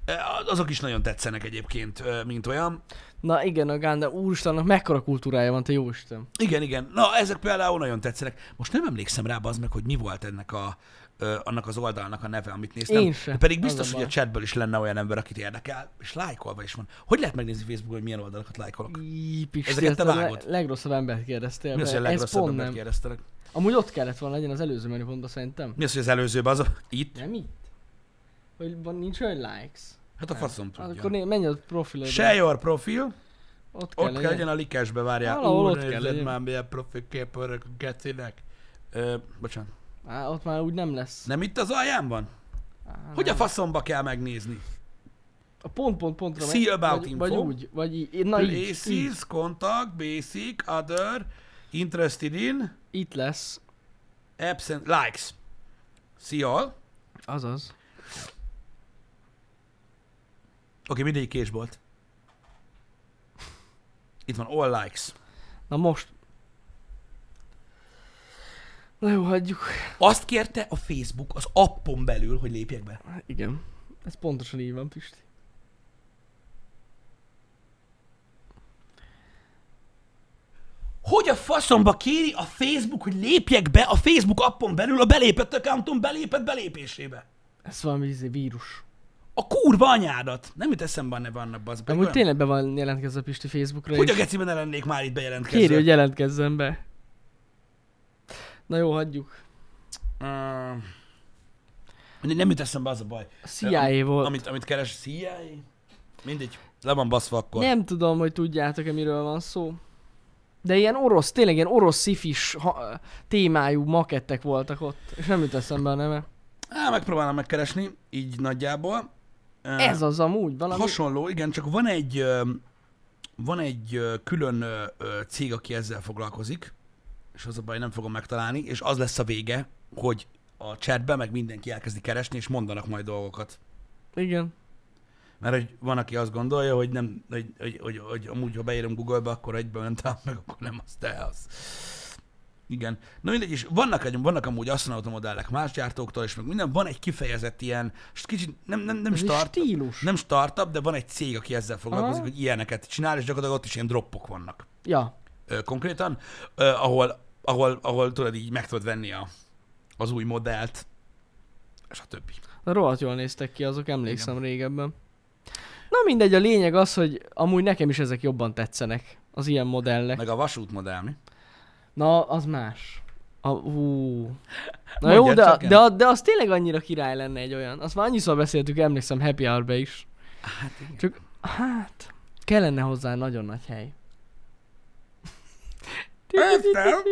[SPEAKER 1] Ö, azok is nagyon tetszenek egyébként, ö, mint olyan.
[SPEAKER 2] Na igen, a Gundam, úristen, annak mekkora kultúrája van, te jó Isten.
[SPEAKER 1] Igen, igen, na ezek például nagyon tetszenek. Most nem emlékszem rá az meg, hogy mi volt ennek a ö, annak az oldalnak a neve, amit néztem.
[SPEAKER 2] Én se.
[SPEAKER 1] De Pedig
[SPEAKER 2] Az
[SPEAKER 1] biztos,
[SPEAKER 2] a
[SPEAKER 1] hogy a
[SPEAKER 2] baj.
[SPEAKER 1] chatből is lenne olyan ember, akit érdekel, és lájkolva is van. Hogy lehet megnézni Facebookon, hogy milyen oldalakat lájkolok?
[SPEAKER 2] Í, Pisti,
[SPEAKER 1] Ezeket
[SPEAKER 2] ezt
[SPEAKER 1] te
[SPEAKER 2] a le-
[SPEAKER 1] vágod.
[SPEAKER 2] legrosszabb embert kérdeztél.
[SPEAKER 1] Mi az, hogy a
[SPEAKER 2] be. Ez
[SPEAKER 1] legrosszabb
[SPEAKER 2] pont
[SPEAKER 1] embert
[SPEAKER 2] nem.
[SPEAKER 1] kérdeztelek?
[SPEAKER 2] Amúgy ott kellett volna legyen az előző menüpontban szerintem.
[SPEAKER 1] Mi az, hogy az előzőben az a... Itt?
[SPEAKER 2] Nem itt? Hogy van, nincs olyan likes.
[SPEAKER 1] Hát a faszom tudja.
[SPEAKER 2] Akkor né, menj a profilodra.
[SPEAKER 1] Se your profil,
[SPEAKER 2] Ott kell
[SPEAKER 1] ott kell legyen a likesbe, várjál.
[SPEAKER 2] Valahol
[SPEAKER 1] Ú,
[SPEAKER 2] ott kell
[SPEAKER 1] nézzed
[SPEAKER 2] legyen.
[SPEAKER 1] már milyen profi kép örök gecinek. Ö, bocsánat.
[SPEAKER 2] Á, ott már úgy nem lesz.
[SPEAKER 1] Nem itt az alján van?
[SPEAKER 2] Á,
[SPEAKER 1] Hogy a
[SPEAKER 2] nem.
[SPEAKER 1] faszomba kell megnézni?
[SPEAKER 2] A pont, pont, pontra
[SPEAKER 1] See about
[SPEAKER 2] vagy,
[SPEAKER 1] info.
[SPEAKER 2] vagy úgy, vagy így. Na így, így,
[SPEAKER 1] Aces, contact, basic, other, interested in,
[SPEAKER 2] itt lesz.
[SPEAKER 1] absent, likes. See all. Oké,
[SPEAKER 2] Azaz.
[SPEAKER 1] okay, mindegyik késbolt. Itt van all likes.
[SPEAKER 2] Na most. Na jó, hagyjuk.
[SPEAKER 1] Azt kérte a Facebook az appon belül, hogy lépjek be.
[SPEAKER 2] Igen. Ez pontosan így van, Pisti.
[SPEAKER 1] Hogy a faszomba kéri a Facebook, hogy lépjek be a Facebook appon belül a belépett accounton belépett belépésébe?
[SPEAKER 2] Ez valami izé, vírus.
[SPEAKER 1] A kurva anyádat! Nem jut eszembe a neve annak, bazd meg.
[SPEAKER 2] Amúgy
[SPEAKER 1] Olyan-
[SPEAKER 2] tényleg be van jelentkezve a Pisti Facebookra
[SPEAKER 1] Hogy a
[SPEAKER 2] is.
[SPEAKER 1] geciben ne lennék már itt bejelentkezve?
[SPEAKER 2] Kéri, hogy jelentkezzen be. Na jó, hagyjuk.
[SPEAKER 1] Uh, nem jut eszembe az a baj.
[SPEAKER 2] A CIA volt.
[SPEAKER 1] Amit, amit keres, CIA? Mindegy. Le van baszva akkor.
[SPEAKER 2] Nem tudom, hogy tudjátok-e, miről van szó. De ilyen orosz, tényleg ilyen orosz szifis ha, témájú makettek voltak ott. És nem jut eszembe a neve.
[SPEAKER 1] Á, megpróbálom megkeresni, így nagyjából. Ö,
[SPEAKER 2] Ez az amúgy, valami...
[SPEAKER 1] Hasonló, igen, csak van egy, ö, van egy ö, külön ö, ö, cég, aki ezzel foglalkozik, és az a baj, nem fogom megtalálni, és az lesz a vége, hogy a chatben meg mindenki elkezdi keresni, és mondanak majd dolgokat.
[SPEAKER 2] Igen.
[SPEAKER 1] Mert hogy van, aki azt gondolja, hogy, nem, hogy, hogy, hogy, hogy amúgy, ha beírom Google-be, akkor egyből nem talál meg, akkor nem az, de az. Igen. Na mindegy, és vannak, egy- vannak amúgy astronauta modellek más gyártóktól, és meg minden, van egy kifejezett ilyen, és kicsit nem, nem, nem
[SPEAKER 2] Ez egy
[SPEAKER 1] start,
[SPEAKER 2] stílus.
[SPEAKER 1] nem startup, de van egy cég, aki ezzel foglalkozik,
[SPEAKER 2] Aha.
[SPEAKER 1] hogy ilyeneket csinál, és gyakorlatilag ott is ilyen droppok vannak
[SPEAKER 2] Ja.
[SPEAKER 1] ö, konkrétan, ö, ahol, ahol, ahol tudod így meg tudod venni a, az új modellt, és a többi.
[SPEAKER 2] Na, rohadt jól néztek ki azok, emlékszem Igen. régebben. Na mindegy, a lényeg az, hogy amúgy nekem is ezek jobban tetszenek, az ilyen modellek.
[SPEAKER 1] Meg a vasútmodell, mi?
[SPEAKER 2] Na, az más. A, hú. Na
[SPEAKER 1] Mondjad
[SPEAKER 2] jó, de,
[SPEAKER 1] csak,
[SPEAKER 2] de, a- de az tényleg annyira király lenne egy olyan. Azt már annyiszor beszéltük, emlékszem Happy hour is.
[SPEAKER 1] Hát igen.
[SPEAKER 2] Csak, hát, kellene hozzá nagyon nagy hely.
[SPEAKER 1] Értem.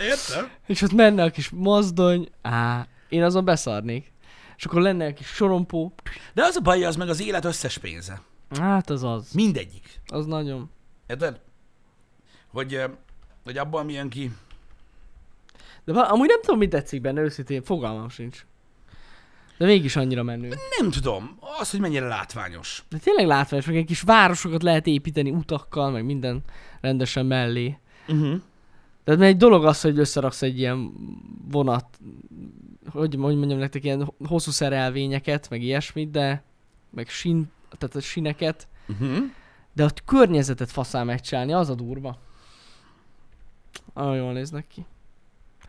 [SPEAKER 1] Értem.
[SPEAKER 2] És ott menne a kis mozdony. Á, én azon beszarnék. És akkor lenne egy kis sorompó.
[SPEAKER 1] De az a baj, az meg az élet összes pénze.
[SPEAKER 2] Hát az az.
[SPEAKER 1] Mindegyik.
[SPEAKER 2] Az nagyon.
[SPEAKER 1] Érted? Hogy, ö, hogy abban milyen ki.
[SPEAKER 2] De va- amúgy nem tudom, mi tetszik benne, őszintén fogalmam sincs. De mégis annyira menő.
[SPEAKER 1] Nem tudom. Az, hogy mennyire látványos.
[SPEAKER 2] De tényleg látványos, meg egy kis városokat lehet építeni utakkal, meg minden rendesen mellé. Mhm.
[SPEAKER 1] Uh-huh.
[SPEAKER 2] Tehát mert egy dolog az, hogy összeraksz egy ilyen vonat, hogy, hogy mondjam nektek, ilyen hosszú szerelvényeket, meg ilyesmit, de meg sin, tehát a sineket,
[SPEAKER 1] Uh-huh.
[SPEAKER 2] de a környezetet faszán megcsinálni, az a durva. Nagyon jól néznek ki.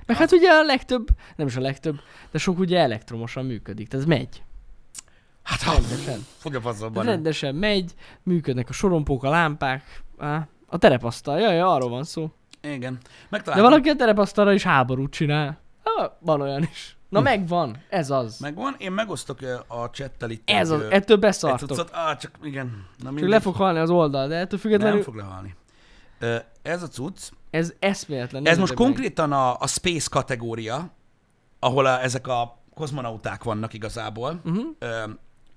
[SPEAKER 2] Meg hát ugye a legtöbb, nem is a legtöbb, de sok ugye elektromosan működik, tehát ez megy.
[SPEAKER 1] Hát ha,
[SPEAKER 2] Rendesen.
[SPEAKER 1] fogja
[SPEAKER 2] Van.
[SPEAKER 1] faszabban.
[SPEAKER 2] Rendesen megy, működnek a sorompók, a lámpák, á, a terepasztal, jaj, jaj, arról van szó.
[SPEAKER 1] Igen.
[SPEAKER 2] De
[SPEAKER 1] Megtaláltam.
[SPEAKER 2] valaki a terepasztalra is háborút csinál. Há, van olyan is.
[SPEAKER 1] Hm.
[SPEAKER 2] Na megvan, ez az.
[SPEAKER 1] Megvan. Én megosztok ö, a csettel itt.
[SPEAKER 2] Ez
[SPEAKER 1] egy,
[SPEAKER 2] az,
[SPEAKER 1] ö,
[SPEAKER 2] ettől
[SPEAKER 1] egy
[SPEAKER 2] beszartok.
[SPEAKER 1] cuccot. Á, csak igen. Na,
[SPEAKER 2] Csak
[SPEAKER 1] mindegy.
[SPEAKER 2] le fog halni az oldal, de ettől
[SPEAKER 1] Nem
[SPEAKER 2] függetlenül
[SPEAKER 1] fog lehalni. Ö, Ez a cucc,
[SPEAKER 2] ez eszméletlen.
[SPEAKER 1] Ez
[SPEAKER 2] nézzétek
[SPEAKER 1] most
[SPEAKER 2] meg.
[SPEAKER 1] konkrétan a, a space kategória, ahol a, ezek a kozmonauták vannak igazából,
[SPEAKER 2] Mhm.
[SPEAKER 1] uh-huh. ö,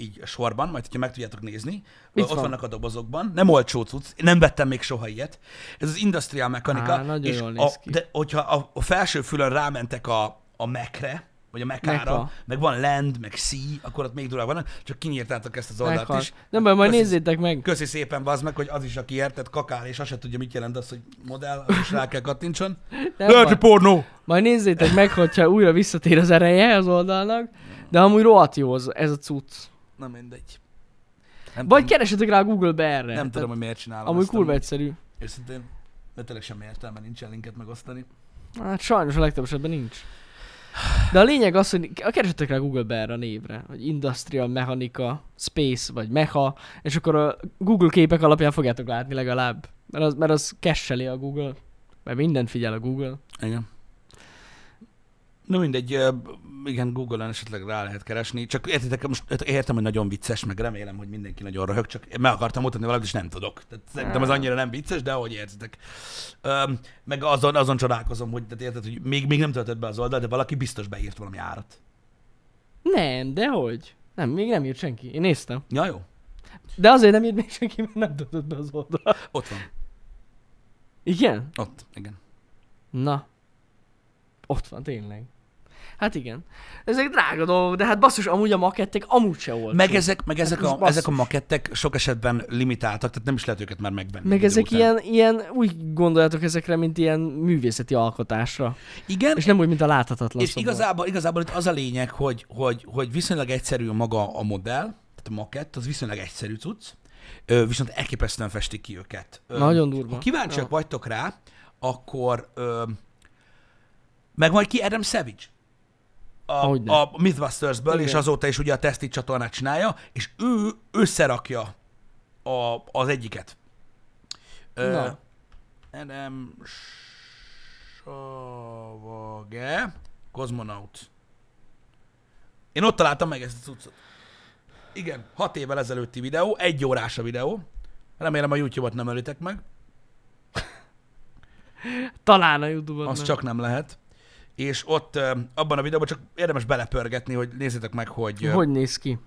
[SPEAKER 1] így sorban, majd hogyha meg tudjátok nézni, Ö,
[SPEAKER 2] Itt
[SPEAKER 1] ott
[SPEAKER 2] van.
[SPEAKER 1] vannak a dobozokban, nem olcsó cucc, én nem vettem még soha ilyet. Ez az industrial mechanika,
[SPEAKER 2] Á, nagyon
[SPEAKER 1] és
[SPEAKER 2] jól
[SPEAKER 1] a,
[SPEAKER 2] néz ki.
[SPEAKER 1] de hogyha a, a felső fülön rámentek a, a mekre, vagy a mekára,
[SPEAKER 2] Mecha.
[SPEAKER 1] meg van land, meg sea, akkor ott még durvább vannak, csak kinyírtátok ezt az oldalt
[SPEAKER 2] Meghal.
[SPEAKER 1] is.
[SPEAKER 2] Nem baj, majd
[SPEAKER 1] Köszi
[SPEAKER 2] nézzétek meg.
[SPEAKER 1] Köszi szépen, bazd meg, hogy az is, aki érted, kakál, és azt se tudja, mit jelent az, hogy modell, az is rá kell kattintson.
[SPEAKER 2] Nem baj.
[SPEAKER 1] pornó!
[SPEAKER 2] Majd nézzétek meg, hogyha újra visszatér az ereje az oldalnak, de amúgy rohadt jó az- ez a cucc.
[SPEAKER 1] Na mindegy. Nem
[SPEAKER 2] Vagy
[SPEAKER 1] tudom,
[SPEAKER 2] keresetek rá Google-be erre.
[SPEAKER 1] nem tudom,
[SPEAKER 2] Tehát
[SPEAKER 1] hogy miért csinálom
[SPEAKER 2] Amúgy
[SPEAKER 1] ezt,
[SPEAKER 2] kurva egyszerű.
[SPEAKER 1] Őszintén, de tényleg semmi értelme nincsen linket megosztani.
[SPEAKER 2] Hát sajnos a legtöbb esetben nincs. De a lényeg az, hogy ke- keresetek rá Google-be erre a névre, hogy Industrial Mechanika, Space vagy Mecha, és akkor a Google képek alapján fogjátok látni legalább. Mert az, mert az kesseli a Google, mert mindent figyel a Google.
[SPEAKER 1] Igen. Na mindegy, ö, igen, Google-on esetleg rá lehet keresni, csak értitek, most értem, hogy nagyon vicces, meg remélem, hogy mindenki nagyon röhög, csak én meg akartam mutatni valamit, és nem tudok. Tehát szerintem az annyira nem vicces, de ahogy értitek. Öm, meg azon, azon csodálkozom, hogy tehát érted, hogy még, még nem töltött be az oldal, de valaki biztos beírt valami árat.
[SPEAKER 2] Nem, dehogy. Nem, még nem írt senki. Én néztem.
[SPEAKER 1] Ja, jó,
[SPEAKER 2] De azért nem írt még senki, mert nem tudott be az oldal.
[SPEAKER 1] ott van,
[SPEAKER 2] Igen?
[SPEAKER 1] ott, igen.
[SPEAKER 2] Na. Ott van, tényleg. Hát igen. Ezek drága dolgok, de hát basszus, amúgy a makettek amúgy se olcsó.
[SPEAKER 1] Meg ezek, meg ezek,
[SPEAKER 2] most
[SPEAKER 1] a,
[SPEAKER 2] basszus.
[SPEAKER 1] ezek a makettek sok esetben limitáltak, tehát nem is lehet őket már megvenni.
[SPEAKER 2] Meg
[SPEAKER 1] egy idő
[SPEAKER 2] ezek
[SPEAKER 1] után.
[SPEAKER 2] ilyen, ilyen, úgy gondoljátok ezekre, mint ilyen művészeti alkotásra.
[SPEAKER 1] Igen,
[SPEAKER 2] És nem úgy, mint a láthatatlan
[SPEAKER 1] És igazából, igazából itt az a lényeg, hogy, hogy, hogy viszonylag egyszerű maga a modell, tehát a makett, az viszonylag egyszerű cucc, ö, viszont elképesztően festik ki őket. Ö,
[SPEAKER 2] Nagyon durva.
[SPEAKER 1] Ha kíváncsiak
[SPEAKER 2] Ja.
[SPEAKER 1] vagytok rá, akkor ö, meg majd ki Adam Savage. A,
[SPEAKER 2] Hogyne.
[SPEAKER 1] a Mythbusters-ből, és
[SPEAKER 2] Igen.
[SPEAKER 1] azóta is ugye a Testi csatornát csinálja, és ő összerakja a, az egyiket. Ö,
[SPEAKER 2] Na.
[SPEAKER 1] Adam Savage, Cosmonaut. Én ott találtam meg ezt a cuccot. Igen, hat évvel ezelőtti videó, egy órás a videó. Remélem a YouTube-ot nem ölitek meg,
[SPEAKER 2] Talán a youtube
[SPEAKER 1] az csak nem lehet. És ott ö, abban a videóban csak érdemes belepörgetni, hogy nézzétek meg, hogy ö,
[SPEAKER 2] Hogy néz ki?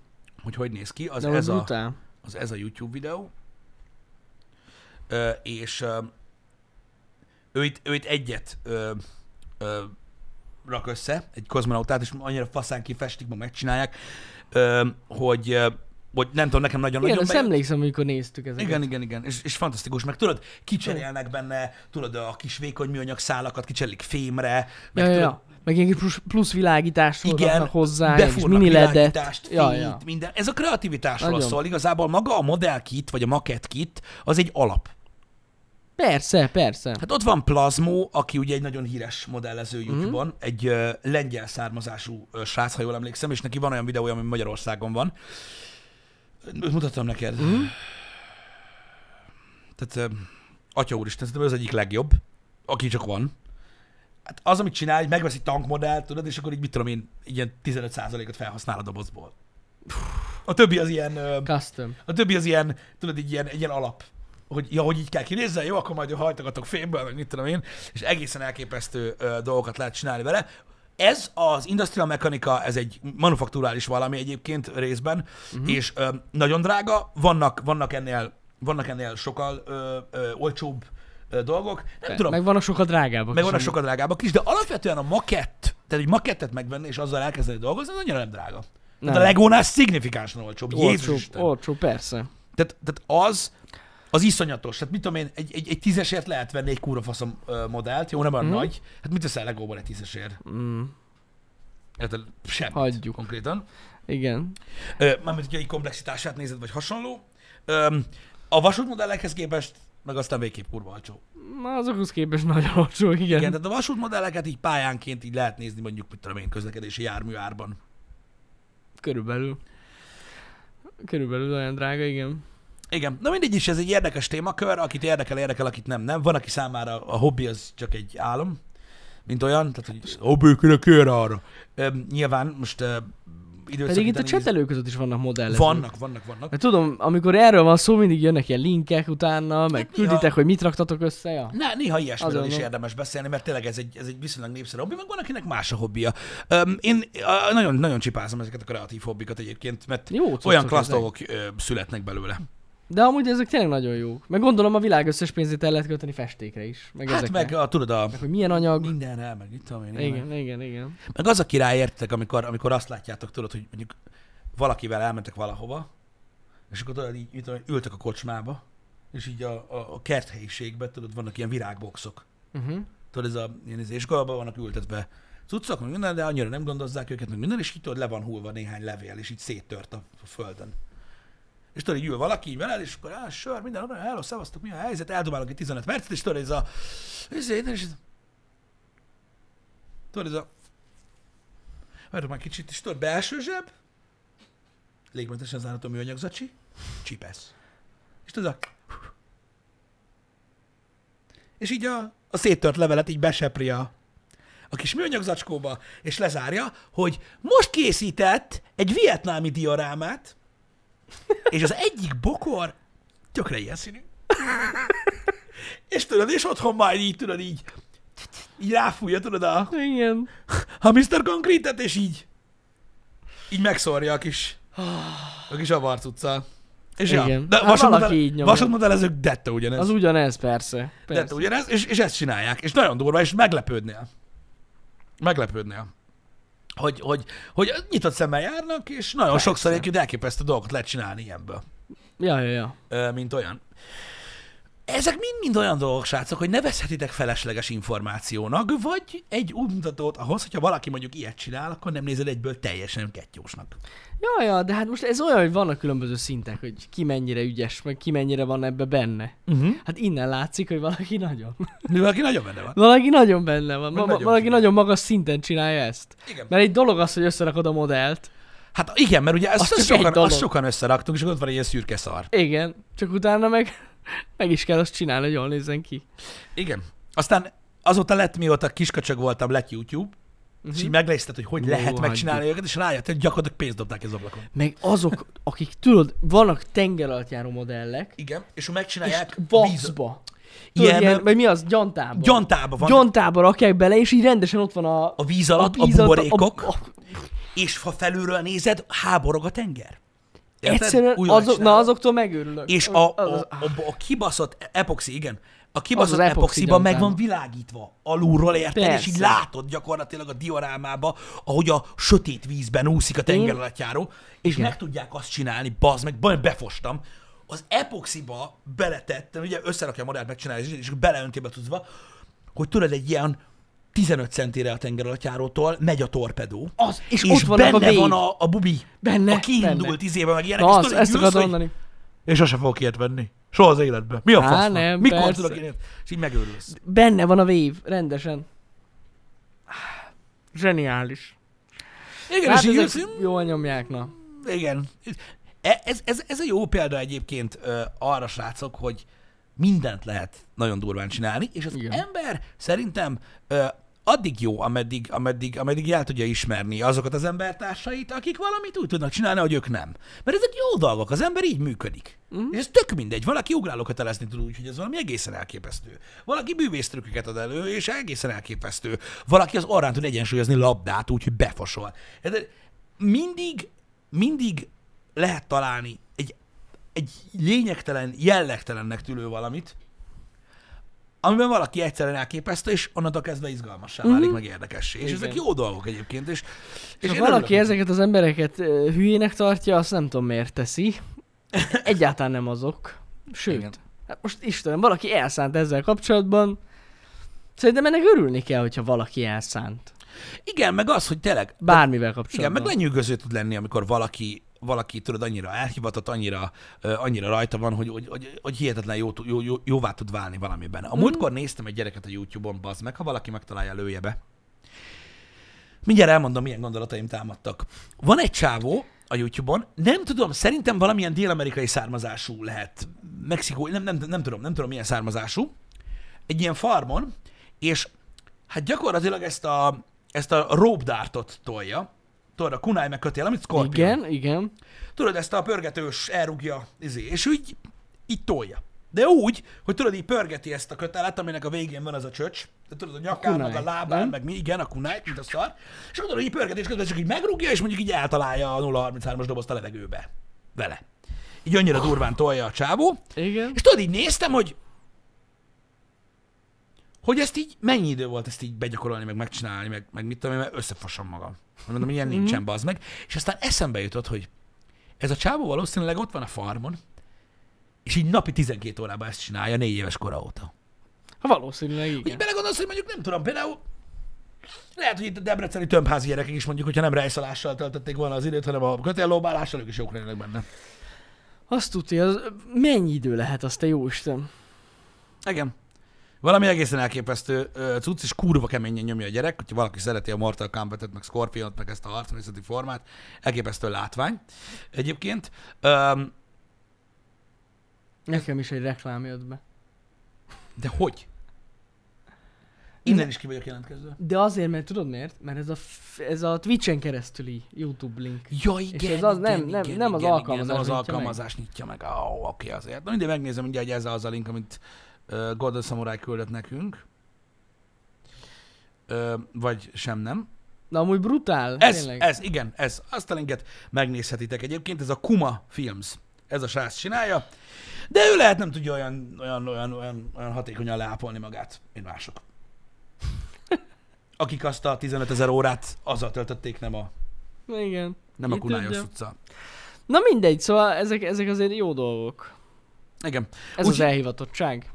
[SPEAKER 1] hogy, hogy néz ki. Az
[SPEAKER 2] De ez
[SPEAKER 1] ez, a,
[SPEAKER 2] brutál.
[SPEAKER 1] az ez a YouTube videó. Ö, és ö, ő, itt, ő itt egyet ö, ö, rak össze, egy kozmonautát, és annyira faszán kifestik, meg megcsinálják, ö, hogy ö, Vagy nem tudom, nekem nagyon
[SPEAKER 2] Igen,
[SPEAKER 1] nagyon
[SPEAKER 2] azt emlékszem, amikor néztük ezeket.
[SPEAKER 1] Igen, igen, igen, és, és fantasztikus. Meg tudod, kicserélnek benne, tudod, a kis vékony műanyag szálakat kicserélik fémre, meg
[SPEAKER 2] Ja, ja,
[SPEAKER 1] tudod,
[SPEAKER 2] ja. Meg ilyen plusz, plusz világítást
[SPEAKER 1] igen,
[SPEAKER 2] hoznak hozzá, és
[SPEAKER 1] befúrnak
[SPEAKER 2] mini ledet.
[SPEAKER 1] világítást,
[SPEAKER 2] Ja,
[SPEAKER 1] fényt,
[SPEAKER 2] ja.
[SPEAKER 1] minden. Ez a kreativitásról
[SPEAKER 2] Nagyon.
[SPEAKER 1] szól. Igazából maga a modell kit, vagy a maket kit, az egy alap.
[SPEAKER 2] Persze, persze.
[SPEAKER 1] Hát ott van Plazmo, aki ugye egy nagyon híres modellező YouTube-on, egy ö, lengyel származású ö, srác, ha jól emlékszem, és neki van olyan videója, ami Magyarországon van. Mutatom neked. Mm. Tehát, ö, atya úristen, szerintem ez az egyik legjobb, aki csak van. Hát az, amit csinál, hogy megvesz egy tankmodellt, tudod, és akkor így mit tudom én, így ilyen 15%-ot felhasznál a dobozból. A többi az ilyen... ö,
[SPEAKER 2] Custom.
[SPEAKER 1] a többi az ilyen, tudod, egy ilyen, egy ilyen alap. Hogy, ja, hogy így kell kinézzen, jó, akkor majd hajtogatok fémből, meg mit tudom én, és egészen elképesztő ö, dolgokat lehet csinálni vele. Ez az industrial mechanika, ez egy manufakturális valami egyébként részben,
[SPEAKER 2] Mhm.
[SPEAKER 1] uh-huh. és ö, nagyon drága, vannak, vannak, ennél, vannak ennél sokkal ö, ö, olcsóbb ö, dolgok. Nem tudom,
[SPEAKER 2] Meg vannak sokkal drágábbak.
[SPEAKER 1] meg
[SPEAKER 2] is,
[SPEAKER 1] van a
[SPEAKER 2] amúgy.
[SPEAKER 1] sokkal drágábbak is, de alapvetően a makett, tehát egy makettet megvenni és azzal elkezdeni dolgozni, az annyira nem drága. Tehát
[SPEAKER 2] Nem.
[SPEAKER 1] a legónál szignifikánsan olcsóbb. Jézus
[SPEAKER 2] Olcsó,
[SPEAKER 1] Isten.
[SPEAKER 2] olcsó, persze.
[SPEAKER 1] Tehát, tehát az, az iszonyatos. Tehát mit tudom én, egy, egy, egy tízesért lehet venni egy kúra faszom ö, modellt, jó, nem olyan
[SPEAKER 2] Mhm.
[SPEAKER 1] nagy. Hát mit veszel legóban egy tízesért?
[SPEAKER 2] Mm,
[SPEAKER 1] Érted? Sem.
[SPEAKER 2] hagyjuk.
[SPEAKER 1] Konkrétan.
[SPEAKER 2] Igen.
[SPEAKER 1] Ö, Mármint, hogyha egy komplexitását nézed, vagy hasonló. Ö, a vasútmodellekhez képest meg aztán végképp kurva olcsó.
[SPEAKER 2] Na, azokhoz képest nagyon olcsó, igen.
[SPEAKER 1] Igen, tehát a vasútmodelleket így pályánként így lehet nézni mondjuk, mit tudom én, közlekedési járműárban.
[SPEAKER 2] Körülbelül. Körülbelül olyan drága, igen.
[SPEAKER 1] Igen, na mindegy is, ez egy érdekes témakör, akit érdekel, érdekel, akit nem, nem. Van, aki számára a hobbi az csak egy álom, mint olyan, tehát hogy hobbi, kinek ér arra. Öm, nyilván most ö, időszakítani...
[SPEAKER 2] Pedig itt a
[SPEAKER 1] is-
[SPEAKER 2] csetelők között is vannak modellezők.
[SPEAKER 1] Vannak, vannak, vannak.
[SPEAKER 2] Mert tudom, amikor erről van szó, mindig jönnek ilyen linkek utána, meg
[SPEAKER 1] Hát
[SPEAKER 2] külditek,
[SPEAKER 1] néha-
[SPEAKER 2] hogy mit raktatok össze, ja?
[SPEAKER 1] Na, néha ilyesmiről
[SPEAKER 2] Azonnal.
[SPEAKER 1] is érdemes beszélni, mert tényleg ez egy, ez egy viszonylag népszerű hobbi, meg van, akinek más a hobbija. Öm, én ö, nagyon, nagyon csipázom ezeket a kreatív hobbikat egyébként, mert
[SPEAKER 2] Jó, cuccok
[SPEAKER 1] olyan klassz
[SPEAKER 2] ezek.
[SPEAKER 1] dolgok ö, születnek belőle.
[SPEAKER 2] De amúgy ezek tényleg nagyon jók. Meg gondolom a világ összes pénzét el lehet költeni festékre is. Meg
[SPEAKER 1] Hát
[SPEAKER 2] ezekre.
[SPEAKER 1] meg, a, tudod, a
[SPEAKER 2] meg hogy milyen anyag.
[SPEAKER 1] mindenre, meg mit tudom én.
[SPEAKER 2] Igen, igen, igen.
[SPEAKER 1] Meg az a király, értek, amikor, amikor azt látjátok, tudod, hogy mondjuk valakivel elmentek valahova, és akkor tudod, így, mit tudom, én, ültök a kocsmába, és így a, a, a kerthelyiségben, tudod, vannak ilyen virágboxok.
[SPEAKER 2] Uh-huh.
[SPEAKER 1] Tudod, ez a ilyen izé, és akkor abban vannak ültetve cuccok, meg minden, de annyira nem gondozzák őket, meg minden, és így tudod, le van hullva néhány levél, és így széttört a, a földön. És tudod, így ül valaki így veled, és akkor á, sör, minden, arra, hello, szevasztok, mi a helyzet, eldobálok egy 15 percet, és tudod, ez a... Ez, ez, ez, tudod, ez a... Várj már kicsit, és tudod, belső zseb, légmentesen zárható műanyag zacsi, csipesz. És tudod, a... És így a, a széttört levelet így besepri a, a kis műanyag zacskóba, és lezárja, hogy most készített egy vietnámi diorámát, és az egyik bokor tökre ilyen színű. És tudod, és otthon majd így, tudod, így, így ráfújja, tudod, a,
[SPEAKER 2] Igen.
[SPEAKER 1] a Mr. Concrete-et, és így így megszórja a kis, a kis avarcuccal. És Ja,
[SPEAKER 2] Igen.
[SPEAKER 1] de
[SPEAKER 2] Hát
[SPEAKER 1] vasútmodell-
[SPEAKER 2] valaki így nyomja.
[SPEAKER 1] vasútmodellezők dette ugyanez.
[SPEAKER 2] Az ugyanez, persze.
[SPEAKER 1] De te
[SPEAKER 2] persze.
[SPEAKER 1] ugyanez, és, és ezt csinálják, és nagyon durva, és meglepődnél. Meglepődnél. Hogy, hogy, hogy nyitott szemmel járnak, és nagyon
[SPEAKER 2] Persze.
[SPEAKER 1] sokszor egyébként elképesztő dolgot lehet csinálni ilyenből,
[SPEAKER 2] Ja, ja, ja.
[SPEAKER 1] ö, mint olyan. Ezek mind-mind olyan dolgok, srácok, hogy ne veszhetitek felesleges információnak, vagy egy útmutatót ahhoz, hogyha valaki mondjuk ilyet csinál, akkor nem nézed egyből teljesen kettjósnak.
[SPEAKER 2] Ja, ja, de hát most ez olyan, hogy vannak különböző szintek, hogy ki mennyire ügyes, meg ki mennyire van ebbe benne.
[SPEAKER 1] Uh-huh.
[SPEAKER 2] Hát innen látszik, hogy valaki nagyon.
[SPEAKER 1] Valaki nagyon benne van.
[SPEAKER 2] Valaki nagyon benne van, ma- ma-
[SPEAKER 1] nagyon
[SPEAKER 2] valaki
[SPEAKER 1] figyel.
[SPEAKER 2] nagyon magas szinten csinálja ezt.
[SPEAKER 1] Igen.
[SPEAKER 2] Mert egy dolog az, hogy összerakod a modellt.
[SPEAKER 1] Hát igen, mert ugye
[SPEAKER 2] Az
[SPEAKER 1] ezt,
[SPEAKER 2] csak
[SPEAKER 1] azt,
[SPEAKER 2] egy
[SPEAKER 1] sokan,
[SPEAKER 2] dolog.
[SPEAKER 1] azt sokan összeraktunk, és akkor ott van egy ilyen szürke szar.
[SPEAKER 2] Igen, csak utána meg, meg is kell azt csinálni, hogy jól nézzen ki.
[SPEAKER 1] Igen. Aztán azóta lett, mióta kiskacsag voltam, lett YouTube, uh-huh. és így meglézted, hogy hogy
[SPEAKER 2] Ó,
[SPEAKER 1] lehet
[SPEAKER 2] hagyjuk.
[SPEAKER 1] megcsinálni őket, és rájött, hogy gyakorlatilag pénzt dobták az ablakon.
[SPEAKER 2] Meg azok, akik tudod, vannak tenger alatt járó modellek,
[SPEAKER 1] Igen, és ha
[SPEAKER 2] és
[SPEAKER 1] megcsinálják víz,
[SPEAKER 2] vaxba.
[SPEAKER 1] Ilyen-
[SPEAKER 2] Tudod, ilyen, ilyen, vagy mi az? Gyantába.
[SPEAKER 1] gyantába van
[SPEAKER 2] Gyantába rakják bele, és így rendesen ott van a...
[SPEAKER 1] a víz alatt, a,
[SPEAKER 2] víz alatt
[SPEAKER 1] buborékok,
[SPEAKER 2] A, a,
[SPEAKER 1] és ha felülről nézed, háborog a tenger. Érted?
[SPEAKER 2] egyszerűen
[SPEAKER 1] Úgy van
[SPEAKER 2] azok, na
[SPEAKER 1] megcsinálva.
[SPEAKER 2] azoktól megőrülök.
[SPEAKER 1] És
[SPEAKER 2] Az-
[SPEAKER 1] a,
[SPEAKER 2] az-
[SPEAKER 1] a, a, a kibaszott epoxi, igen, a kibaszott
[SPEAKER 2] az epoxi
[SPEAKER 1] epoxiba meg van
[SPEAKER 2] gyantáma.
[SPEAKER 1] világítva alulról, érted? És így
[SPEAKER 2] Persze.
[SPEAKER 1] látod gyakorlatilag a diorámába, ahogy a sötét vízben úszik a tenger alatt járó, és
[SPEAKER 2] Igen.
[SPEAKER 1] meg tudják azt csinálni, bazd meg, baj, befostam, az epoxiba beletettem, ugye összerakja a modellt, megcsinálja, és beleönti be tudva, hogy tudod, egy ilyen 15 centire a tenger alatt járótól megy a torpedó.
[SPEAKER 2] Az, és ott vannak a
[SPEAKER 1] benne van
[SPEAKER 2] wave.
[SPEAKER 1] a, a bubi.
[SPEAKER 2] Benne,
[SPEAKER 1] A kiindult
[SPEAKER 2] benne.
[SPEAKER 1] izébe, meg ilyenek.
[SPEAKER 2] Na,
[SPEAKER 1] és
[SPEAKER 2] azt,
[SPEAKER 1] tudod,
[SPEAKER 2] ezt
[SPEAKER 1] így ülsz,
[SPEAKER 2] akarod
[SPEAKER 1] hogy-
[SPEAKER 2] mondani.
[SPEAKER 1] és sose fogok ilyet venni. Soha az életben. Mi a
[SPEAKER 2] Á,
[SPEAKER 1] fasz?
[SPEAKER 2] nem,
[SPEAKER 1] Mikor
[SPEAKER 2] persze.
[SPEAKER 1] tudok én ilyet? És így megőrülsz.
[SPEAKER 2] Benne van a wave, rendesen. Zseniális.
[SPEAKER 1] Igen,
[SPEAKER 2] Hát
[SPEAKER 1] és így ülsz, mm,
[SPEAKER 2] ezek jól nyomják, na.
[SPEAKER 1] igen. E- Ez, ez, ez, a jó példa egyébként ö, arra, srácok, hogy mindent lehet nagyon durván csinálni, és az
[SPEAKER 2] Igen.
[SPEAKER 1] ember szerintem ö, addig jó, ameddig, ameddig, ameddig el tudja ismerni azokat az embertársait, akik valamit úgy tudnak csinálni, hogy ők nem. Mert ezek jó dolgok, az ember így működik. Mm. És ez tök mindegy. Valaki ugráló kötelezni tud úgy, hogy ez valami egészen elképesztő. Valaki bűvésztrükköket ad elő, és egészen elképesztő. Valaki az orrán tud egyensúlyozni labdát úgy, hogy befosol. Hát, Mindig, mindig lehet találni egy, egy lényegtelen, jellegtelennek tűlő valamit, amiben valaki egyszerűen elképesztő, és onnantól kezdve izgalmassá válik, meg érdekessé. És
[SPEAKER 2] Mhm. Igen.
[SPEAKER 1] ezek jó dolgok egyébként. És,
[SPEAKER 2] És ha
[SPEAKER 1] én
[SPEAKER 2] valaki
[SPEAKER 1] örülök.
[SPEAKER 2] ezeket az embereket ö, hülyének tartja, azt nem tudom miért teszi. Egyáltalán nem azok. Sőt,
[SPEAKER 1] Igen.
[SPEAKER 2] hát most Istenem, valaki elszánt ezzel kapcsolatban. Szerintem ennek örülni kell, hogyha valaki elszánt.
[SPEAKER 1] Igen, meg az, hogy tényleg
[SPEAKER 2] Bármivel
[SPEAKER 1] Igen,
[SPEAKER 2] kapcsolatban.
[SPEAKER 1] meg lenyűgöző tud lenni, amikor valaki, valaki tudod, annyira elhivatott, annyira, ö, annyira rajta van, hogy, hogy, hogy, hogy hihetetlen jó, tud- jó, jó, jóvá tud válni valamiben.
[SPEAKER 2] Mhm.
[SPEAKER 1] A múltkor néztem egy gyereket a YouTube-on, bazd meg, ha valaki megtalálja, lője be. Mindjárt elmondom, milyen gondolataim támadtak. Van egy csávó a YouTube-on, nem tudom, szerintem valamilyen dél-amerikai származású lehet. Mexikó, nem, nem, nem tudom, nem tudom milyen származású. Egy ilyen farmon, és hát gyakorlatilag ezt a, ezt a rope dartot tolja. Tudod, a kunai meg kötél, amit Scorpion.
[SPEAKER 2] Igen, igen.
[SPEAKER 1] Tudod, ezt a pörgetős elrúgja, izé, és úgy így tolja. De úgy, hogy tudod, így pörgeti ezt a kötelet, aminek a végén van az a csöcs, de tudod, a nyakán,
[SPEAKER 2] kunai,
[SPEAKER 1] meg a lábán,
[SPEAKER 2] nem?
[SPEAKER 1] meg mi, igen, a kunájt, mint a szar, és akkor tudod, így pörgetés közben csak így megrúgja, és mondjuk így eltalálja a 033-as dobozt a levegőbe. Vele. Így annyira durván tolja a csávó,
[SPEAKER 2] Igen.
[SPEAKER 1] és tudod, így néztem, hogy hogy ezt így, mennyi idő volt ezt így begyakorolni, meg megcsinálni, meg, meg mit tudom én, mert összefosom magam. Mondom, ilyen nincsen, bazd meg. És aztán eszembe jutott, hogy ez a csávó valószínűleg ott van a farmon, és így napi 12 órában ezt csinálja, négy éves kora óta.
[SPEAKER 2] Ha valószínűleg
[SPEAKER 1] Hogy
[SPEAKER 2] igen.
[SPEAKER 1] belegondolsz, hogy mondjuk nem tudom, például lehet, hogy itt a debreceni tömbházi gyerekek is mondjuk, hogyha nem rejszalással töltötték volna az időt, hanem a kötéllóbálással, ők is jók lennének benne.
[SPEAKER 2] Azt tudja, az mennyi idő lehet azt, te jó Isten?
[SPEAKER 1] Igen. Valami egészen elképesztő ö, cucc, és kurva keményen nyomja a gyerek, hogyha valaki szereti a Mortal kombat meg Scorpion-t, meg ezt a harcművészeti formát, elképesztő látvány egyébként. Öm,
[SPEAKER 2] Nekem is egy reklám jött be.
[SPEAKER 1] de hogy? Innen is ki vagyok jelentkező.
[SPEAKER 2] De azért, mert tudod miért? Mert ez a, f- ez a Twitch-en keresztüli YouTube link.
[SPEAKER 1] Ja, igen,
[SPEAKER 2] És ez az nem- nem- nem az alkalmazás
[SPEAKER 1] nem az
[SPEAKER 2] nyitja meg.
[SPEAKER 1] alkalmazás nyitja meg. Ó, oh, oké, azért. Na mindig megnézem, ugye, hogy ez az a link, amit uh, Golden Samurai küldött nekünk. Uh, vagy sem nem.
[SPEAKER 2] Na amúgy brutál,
[SPEAKER 1] Ez,
[SPEAKER 2] tényleg.
[SPEAKER 1] ez, igen, ez. Azt a linket megnézhetitek egyébként, ez a Kuma Films. Ez a srác csinálja, de ő lehet nem tudja olyan, olyan, olyan, olyan, olyan hatékonyan leápolni magát, mint mások. Akik azt a 15 ezer órát azzal töltötték, nem a,
[SPEAKER 2] Igen.
[SPEAKER 1] nem a
[SPEAKER 2] Ki
[SPEAKER 1] Kunályos
[SPEAKER 2] tudja?
[SPEAKER 1] utca.
[SPEAKER 2] Na mindegy, szóval ezek, ezek azért jó dolgok.
[SPEAKER 1] Igen.
[SPEAKER 2] Ez
[SPEAKER 1] Úgy-
[SPEAKER 2] az elhivatottság.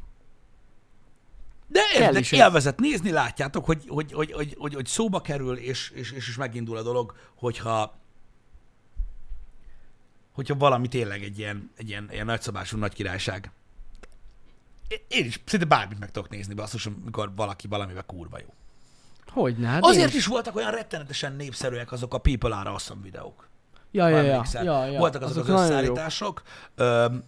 [SPEAKER 1] De
[SPEAKER 2] Kell
[SPEAKER 1] érdek,
[SPEAKER 2] is ez.
[SPEAKER 1] élvezet nézni, látjátok, hogy, hogy, hogy, hogy, hogy, hogy szóba kerül, és, és, és, és megindul a dolog, hogyha hogyha valami tényleg egy ilyen, egy ilyen, ilyen nagyszabású nagy királyság. É- Én is szinte bármit meg tudok nézni, basszus, amikor valaki valamivel kurva jó.
[SPEAKER 2] Hogy ne? Hát
[SPEAKER 1] Hát Azért
[SPEAKER 2] én-
[SPEAKER 1] is voltak olyan rettenetesen népszerűek azok a People Are Awesome videók.
[SPEAKER 2] Ja, ja, ja,
[SPEAKER 1] Emlékszel?
[SPEAKER 2] ja, ja.
[SPEAKER 1] Voltak azok, az
[SPEAKER 2] nagyon
[SPEAKER 1] összeállítások. Öm,
[SPEAKER 2] jók.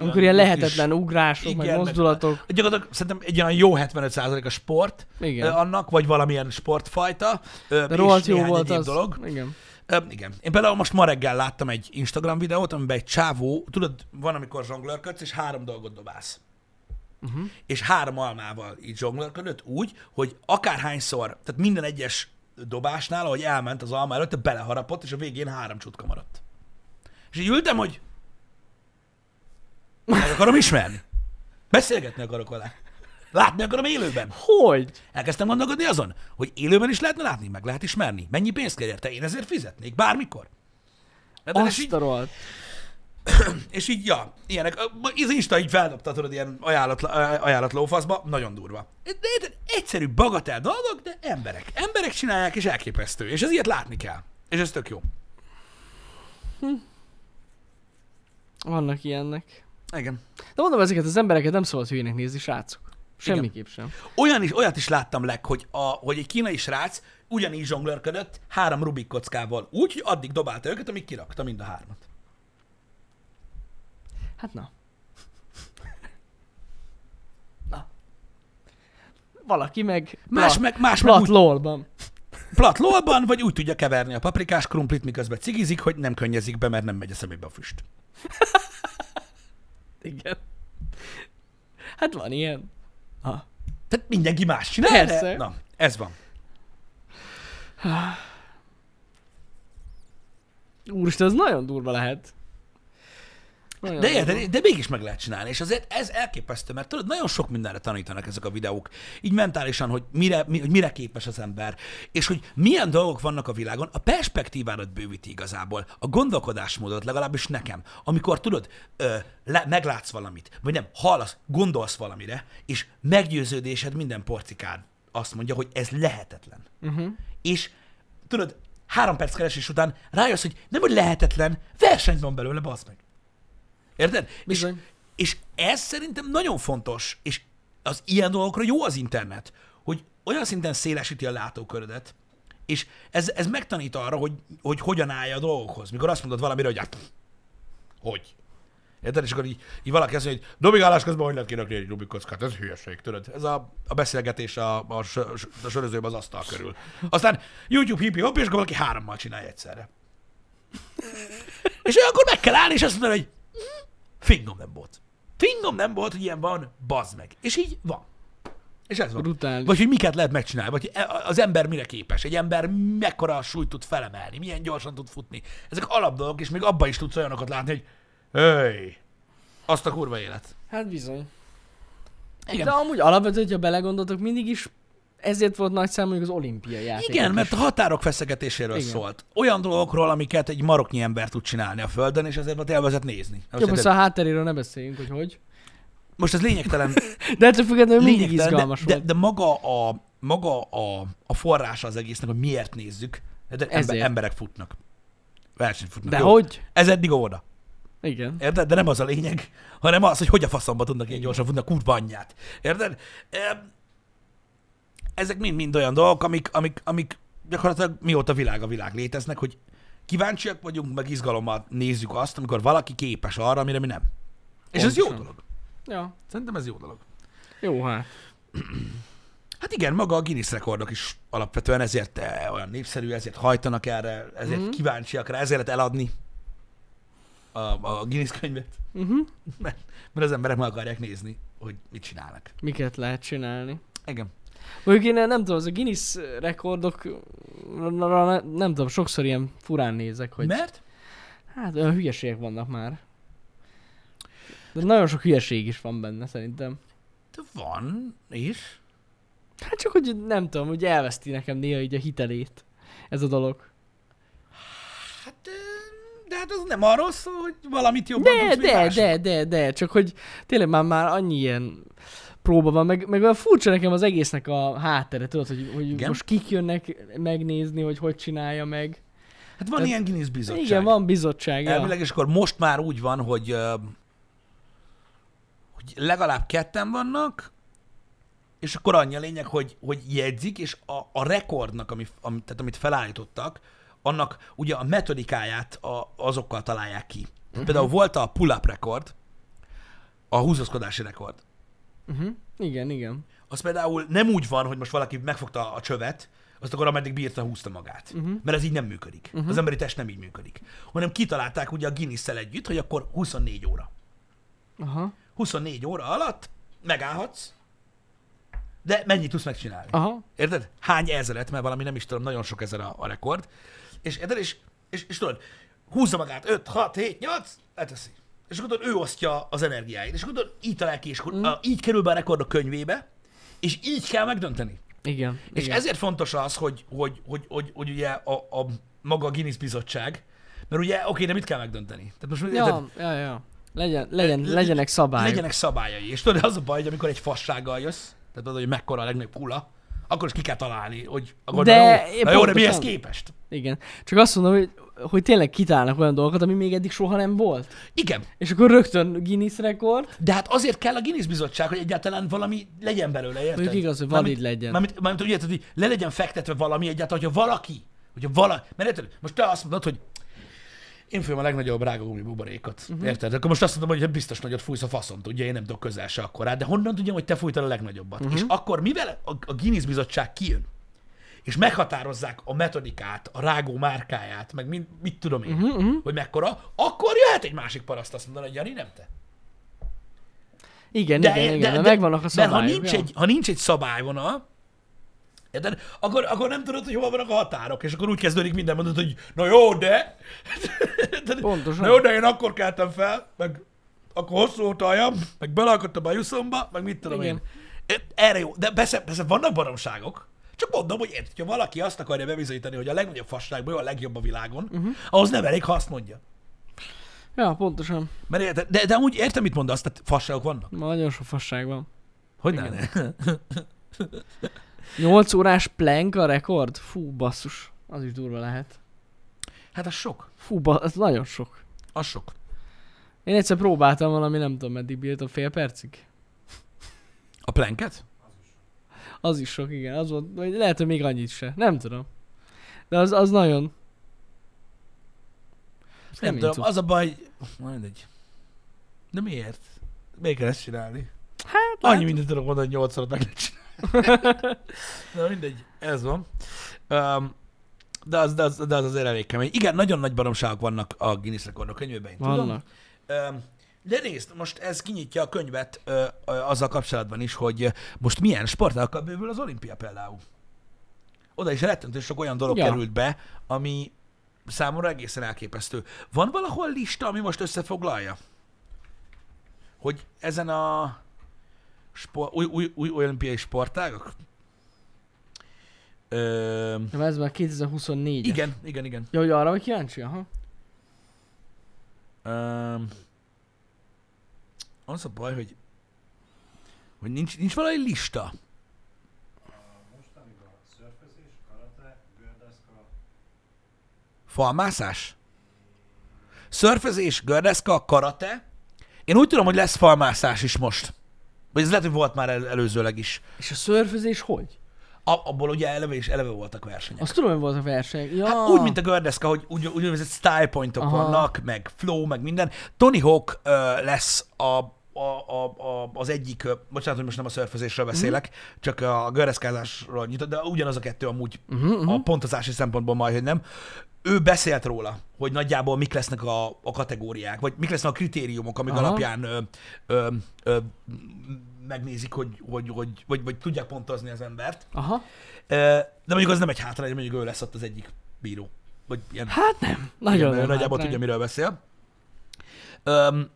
[SPEAKER 2] Amikor ilyen
[SPEAKER 1] kis-
[SPEAKER 2] lehetetlen ugrások,
[SPEAKER 1] Igen,
[SPEAKER 2] meg
[SPEAKER 1] meg-
[SPEAKER 2] mozdulatok.
[SPEAKER 1] Gyakorlatilag szerintem egy olyan jó 75% a sport,
[SPEAKER 2] Igen.
[SPEAKER 1] ö, annak, vagy valamilyen sportfajta, ö,
[SPEAKER 2] De
[SPEAKER 1] és
[SPEAKER 2] rohadt jó
[SPEAKER 1] néhány
[SPEAKER 2] volt
[SPEAKER 1] egyéb
[SPEAKER 2] az.
[SPEAKER 1] dolog.
[SPEAKER 2] Igen.
[SPEAKER 1] Ö, igen. Én például most ma reggel láttam egy Instagram videót, amiben egy csávó, tudod, van, amikor zsonglőrködsz, és három dolgot dobálsz. Uh-huh. És három almával így zsonglőrködött úgy, hogy akárhányszor, tehát minden egyes dobásnál, ahogy elment az alma előtte, beleharapott, és a végén három csutka maradt. És így ültem, hogy meg akarom ismerni. Beszélgetni akarok vele. Látni akarom élőben.
[SPEAKER 2] Hogy?
[SPEAKER 1] Elkezdtem gondolkodni azon, hogy élőben is lehetne látni, meg lehet ismerni. Mennyi pénzt kell érte, én ezért fizetnék, bármikor. Érted? És
[SPEAKER 2] Azt
[SPEAKER 1] így,
[SPEAKER 2] a rohadt.
[SPEAKER 1] és így, ja, ilyenek. Ö, Az Insta így feldobta, tudod, ilyen ajánlat, ajánlat lófaszba, nagyon durva. De érted, egyszerű bagatel dolgok, de emberek. Emberek csinálják, és elképesztő. És ez ilyet látni kell. És ez tök jó.
[SPEAKER 2] Vannak ilyennek.
[SPEAKER 1] Igen.
[SPEAKER 2] De mondom, ezeket az embereket nem szabad hülyének nézni, srácok. Semmiképp sem.
[SPEAKER 1] Olyan is, olyat is láttam leg, hogy, a, hogy egy kínai srác ugyanígy zsonglőrködött három Rubik kockával. Úgy, hogy addig dobálta őket, amíg kirakta mind a hármat.
[SPEAKER 2] Hát na. Na. Valaki meg...
[SPEAKER 1] Más
[SPEAKER 2] pla-
[SPEAKER 1] meg, más meg
[SPEAKER 2] Plat
[SPEAKER 1] úgy
[SPEAKER 2] lolban.
[SPEAKER 1] plat lolban, vagy úgy tudja keverni a paprikás krumplit, miközben cigizik, hogy nem könnyezik be, mert nem megy a szemébe a füst.
[SPEAKER 2] Igen. Hát van ilyen. Ha.
[SPEAKER 1] Tehát mindenki más csinál.
[SPEAKER 2] Persze.
[SPEAKER 1] de- Na, ez van.
[SPEAKER 2] Úristen, ez nagyon durva lehet. Nagyon
[SPEAKER 1] De,
[SPEAKER 2] durva.
[SPEAKER 1] érted, de mégis meg lehet csinálni, és azért ez elképesztő, mert tudod, nagyon sok mindenre tanítanak ezek a videók, így mentálisan, hogy mire, mi, hogy mire képes az ember, és hogy milyen dolgok vannak a világon, a perspektívádat bővíti igazából, a gondolkodásmódot legalábbis nekem, amikor tudod, ö, le, meglátsz valamit, vagy nem, hallasz, gondolsz valamire, és meggyőződésed minden porcikán azt mondja, hogy ez lehetetlen. Uh-huh. És tudod, három perc keresés után rájössz, hogy nem, hogy lehetetlen, verseny van belőle, bazd meg. Érted? És,
[SPEAKER 2] Bizony.
[SPEAKER 1] és ez szerintem nagyon fontos, és az ilyen dolgokra jó az internet, hogy olyan szinten szélesíti a látókörödet, és ez, ez megtanít arra, hogy, hogy hogyan állj a dolgokhoz. Mikor azt mondod valamire, hogy hát, hogy? Érted? És akkor így, így valaki azt mondja, hogy dobigálás közben hogy lehet kirakni egy Rubik kockát? Ez hülyeség, tudod? Ez a, a beszélgetés a, a, sö- a sörözőben az asztal körül. Aztán YouTube hippi hopp, és akkor valaki hárommal csinálja egyszerre. és akkor meg kell állni, és azt mondani, hogy "Mhm, fingom nem volt. Fingom nem volt, hogy ilyen van, bazd meg. És így van. És ez van.
[SPEAKER 2] Brutális.
[SPEAKER 1] Vagy hogy miket lehet megcsinálni, vagy hogy e- az ember mire képes, egy ember mekkora súlyt tud felemelni, milyen gyorsan tud futni. Ezek alapdolgok, és még abban is tudsz olyanokat látni, hogy Öj! Azt a kurva élet.
[SPEAKER 2] Hát bizony.
[SPEAKER 1] Igen.
[SPEAKER 2] De amúgy alapvetően, hogyha belegondoltok, mindig is ezért volt nagy szám mondjuk az olimpiai játékok.
[SPEAKER 1] Igen,
[SPEAKER 2] is.
[SPEAKER 1] mert a határok feszegetéséről Igen.
[SPEAKER 2] Igen.
[SPEAKER 1] szólt. Olyan dolgokról, amiket egy maroknyi ember tud csinálni a földön, és ezért volt élvezet nézni. Most,
[SPEAKER 2] Jó,
[SPEAKER 1] érted?
[SPEAKER 2] persze a hátteréről ne beszéljünk, hogy hogy.
[SPEAKER 1] most ez lényegtelen,
[SPEAKER 2] De ettől függetlenül mindig
[SPEAKER 1] lényegtelen de,
[SPEAKER 2] izgalmas
[SPEAKER 1] de,
[SPEAKER 2] volt.
[SPEAKER 1] de, maga, a, maga a, a forrása az egésznek, hogy miért nézzük. De ember,
[SPEAKER 2] Ezért.
[SPEAKER 1] emberek futnak. Versenyt futnak.
[SPEAKER 2] De
[SPEAKER 1] Jó.
[SPEAKER 2] hogy?
[SPEAKER 1] Ez eddig óvoda.
[SPEAKER 2] Igen.
[SPEAKER 1] Érted? De nem az a lényeg, hanem az, hogy hogy a faszomba tudnak ilyen gyorsan futni a kurva anyját. Érted? Em, Ezek mind-mind olyan dolgok, amik, amik, amik gyakorlatilag mióta világ a világ léteznek, hogy kíváncsiak vagyunk, meg izgalommal nézzük azt, amikor valaki képes arra, amire mi nem. És ez jó
[SPEAKER 2] Pontosan.
[SPEAKER 1] dolog.
[SPEAKER 2] Ja.
[SPEAKER 1] Szerintem ez jó dolog.
[SPEAKER 2] Jó, hát.
[SPEAKER 1] Hát igen, maga a Guinness rekordok is alapvetően ezért eh, olyan népszerű, ezért hajtanak erre, ezért
[SPEAKER 2] Mhm.
[SPEAKER 1] mm-hmm. kíváncsiak rá, ezért lehet eladni a, a Guinness könyvet.
[SPEAKER 2] Mhm.
[SPEAKER 1] Mert, mert az emberek meg akarják nézni, hogy mit csinálnak.
[SPEAKER 2] Miket lehet csinálni.
[SPEAKER 1] Igen.
[SPEAKER 2] Mondjuk én nem tudom, az a Guinness rekordok, nem tudom, sokszor ilyen furán nézek, hogy
[SPEAKER 1] Hogy... Mert?
[SPEAKER 2] hát olyan hülyeségek vannak már. De nagyon sok hülyeség is van benne szerintem.
[SPEAKER 1] De van, és?
[SPEAKER 2] Hát csak, hogy nem tudom, hogy elveszti nekem néha így a hitelét ez a dolog.
[SPEAKER 1] Hát, ö, de hát az nem arról szól, hogy valamit jobban
[SPEAKER 2] De,
[SPEAKER 1] tudsz, mint
[SPEAKER 2] de,
[SPEAKER 1] mások.
[SPEAKER 2] de, de, de, csak hogy tényleg már, már annyi ilyen próba van, meg, meg olyan furcsa nekem az egésznek a háttere, tudod, hogy, hogy
[SPEAKER 1] Igen.
[SPEAKER 2] most kik jönnek megnézni, hogy hogy csinálja meg.
[SPEAKER 1] Hát van
[SPEAKER 2] Tehát-
[SPEAKER 1] ilyen Guinness bizottság.
[SPEAKER 2] Igen, van bizottság. ja.
[SPEAKER 1] Elvileg, és akkor most már úgy van, hogy, ö, hogy legalább ketten vannak, és akkor annyi a lényeg, hogy, hogy jegyzik, és a, a rekordnak, ami, ami, tehát amit felállítottak, annak ugye a metodikáját a, azokkal találják ki. Uh-huh. Például volt a pull-up rekord, a húzaszkodási rekord.
[SPEAKER 2] Uh-huh. Igen, igen.
[SPEAKER 1] az például nem úgy van, hogy most valaki megfogta a csövet, azt akkor ameddig bírta, húzta magát. Uh-huh. Mert ez így nem működik. Uh-huh. Az emberi test nem így működik. Hanem kitalálták ugye a guinness együtt, hogy akkor 24 óra.
[SPEAKER 2] Aha,
[SPEAKER 1] 24 óra alatt megállhatsz, de mennyit tudsz megcsinálni?
[SPEAKER 2] aha.
[SPEAKER 1] Érted? Hány ezeret, mert valami nem is tudom, nagyon sok ezer a, a rekord. És érted? És, és, és tudod, húzza magát 5, 6, 7, 8, leteszi. és akkor tudod, ő osztja az energiáit, és akkor tudod, így talál ki, és akkor, mm. így kerül be a rekordok könyvébe, és így kell megdönteni.
[SPEAKER 2] Igen.
[SPEAKER 1] És
[SPEAKER 2] igen.
[SPEAKER 1] ezért fontos az, hogy, hogy, hogy, hogy, hogy ugye a, a maga a Guinness bizottság, mert ugye, oké, de mit kell megdönteni? Tehát most érted,
[SPEAKER 2] Ja, ja, ja. Legyen, legyen, legyenek szabályok.
[SPEAKER 1] legyenek szabályai. És tudod, az a baj, hogy amikor egy fassággal jössz, tehát tudod, hogy mekkora a legnagyobb kula, akkor is ki kell találni, hogy akkor
[SPEAKER 2] De-
[SPEAKER 1] na jó, na jó, de
[SPEAKER 2] pontosan.
[SPEAKER 1] mihez képest?
[SPEAKER 2] Igen. Csak azt mondom, hogy, hogy tényleg kitálnak olyan dolgokat, ami még eddig soha nem volt.
[SPEAKER 1] Igen,
[SPEAKER 2] És akkor rögtön Guinness rekord.
[SPEAKER 1] de hát azért kell a Guinness bizottság, hogy egyáltalán valami legyen belőle, érted?
[SPEAKER 2] Mondjuk igaz, hogy
[SPEAKER 1] Mármint-
[SPEAKER 2] valid legyen.
[SPEAKER 1] Mármint, mármint hogy érted, hogy le legyen fektetve valami egyáltalán, hogyha valaki, hogyha vala, mert érted, most te azt mondod, hogy én főm a legnagyobb rágógumi buborékot.
[SPEAKER 2] Mhm.
[SPEAKER 1] Uh-huh. Érted? Akkor most azt mondom, hogy biztos nagyot fújsz a faszon, tudja, én nem tudok közel se akkorát, de honnan tudjam, hogy te fújtál a legnagyobbat?
[SPEAKER 2] Mhm.
[SPEAKER 1] Uh-huh. És akkor mivel a, a Guinness bizottság kijön, és meghatározzák a metodikát, a rágó márkáját, meg mind, mit tudom én,
[SPEAKER 2] Mhm,
[SPEAKER 1] uh-huh, uh-huh. hogy mekkora, akkor jöhet egy másik paraszt azt mondani, hogy Jani, nem te.
[SPEAKER 2] Igen, de, igen, igen. De, de megvannak a szabályok.
[SPEAKER 1] De ha nincs,
[SPEAKER 2] ja.
[SPEAKER 1] egy, ha nincs egy szabályvonal, érted, akkor, akkor nem tudod, hogy hol vannak a határok, és akkor úgy kezdődik minden mondat, hogy na jó, de... Érted?
[SPEAKER 2] Pontosan.
[SPEAKER 1] Na jó, de én akkor keltem fel, meg akkor hosszú volt a hajam, meg beleakadtam a juszomba, meg mit tudom
[SPEAKER 2] Igen.
[SPEAKER 1] Igen. én. Erre jó, de persze, persze vannak baromságok, csak mondom, hogy érted, ha valaki azt akarja bebizonyítani, hogy a legnagyobb fasságból ő a legjobb a világon,
[SPEAKER 2] Mhm.
[SPEAKER 1] uh-huh. ahhoz nem elég, ha azt mondja.
[SPEAKER 2] ja, pontosan.
[SPEAKER 1] Mert érted, de, de úgy értem, mit mondasz, tehát fasságok vannak.
[SPEAKER 2] Ma nagyon sok fasság van.
[SPEAKER 1] Hogy ne?
[SPEAKER 2] 8 órás plank a rekord? Fú, basszus. Az is durva lehet.
[SPEAKER 1] Hát az sok.
[SPEAKER 2] Fú, ba- ez nagyon sok.
[SPEAKER 1] Az sok.
[SPEAKER 2] Én egyszer próbáltam valami, nem tudom, meddig bírtam, fél percig.
[SPEAKER 1] A planket?
[SPEAKER 2] Az is sok, igen. Az volt, vagy lehet, hogy még annyit se. Nem tudom. De az, az nagyon... Azt
[SPEAKER 1] Nem
[SPEAKER 2] kemény
[SPEAKER 1] tudom,
[SPEAKER 2] cucc.
[SPEAKER 1] az a baj, majd egy. De miért? Miért kell ezt csinálni? Hát, Annyi mindent tudok mondani, hogy nyolcszorat meg lehet csinálni. Na mindegy, ez van. Um, de, az, de, az, de az azért elég kemény. Igen, nagyon nagy baromságok vannak a Guinness rekordok könyvében, én tudom.
[SPEAKER 2] Vannak.
[SPEAKER 1] Öm, De nézd, most ez kinyitja a könyvet ö, ö, azzal kapcsolatban is, hogy ö, most milyen sportákkal bővül az olimpia például. Oda is rettentő sok olyan dolog
[SPEAKER 2] Ja.
[SPEAKER 1] ja. került be, ami számomra egészen elképesztő. Van valahol lista, ami most összefoglalja? Hogy ezen a sport, új, új, új olimpiai sportágak? Ö,
[SPEAKER 2] De ez már 2024 -es.
[SPEAKER 1] igen, igen, igen.
[SPEAKER 2] Ja, hogy arra vagy kíváncsi? Aha.
[SPEAKER 1] Um, az a baj, hogy, hogy nincs, nincs valami lista.
[SPEAKER 3] Mostaniban szörfözés, karate, gördeszka,
[SPEAKER 1] Falmászás? Szörfözés, gördeszka, karate. Én úgy tudom, hogy lesz falmászás is most. Vagy ez lehet, hogy volt már el, előzőleg is.
[SPEAKER 2] És a szörfözés hogy?
[SPEAKER 1] A, abból ugye eleve is eleve voltak versenyek.
[SPEAKER 2] Azt tudom, hogy volt a verseny. Ja.
[SPEAKER 1] Hát úgy, mint a gördeszka, hogy úgy, úgynevezett style pointok
[SPEAKER 2] Aha.
[SPEAKER 1] Aha. vannak, meg flow, meg minden. Tony Hawk ö, lesz a, a, a, a, az egyik, ö, bocsánat, hogy most nem a szörfözésről
[SPEAKER 2] Mhm.
[SPEAKER 1] beszélek, mm. csak a gördeszkázásról nyitott, de ugyanaz a kettő amúgy
[SPEAKER 2] Mhm,
[SPEAKER 1] uh-huh. a pontozási szempontból majd, hogy nem. Ő beszélt róla, hogy nagyjából mik lesznek a, a kategóriák, vagy mik lesznek a kritériumok, amik
[SPEAKER 2] Aha.
[SPEAKER 1] Aha. alapján ö, ö, ö, m- megnézik, hogy, hogy, hogy vagy, vagy tudják pontozni az embert.
[SPEAKER 2] Aha.
[SPEAKER 1] Ö, De mondjuk az nem egy hátrány, mondjuk ő lesz ott az egyik bíró. Vagy ilyen
[SPEAKER 2] Hát nem. Nagyon
[SPEAKER 1] igen,
[SPEAKER 2] nem
[SPEAKER 1] ő nagyjából
[SPEAKER 2] hátrány.
[SPEAKER 1] tudja, miről beszél. Öm,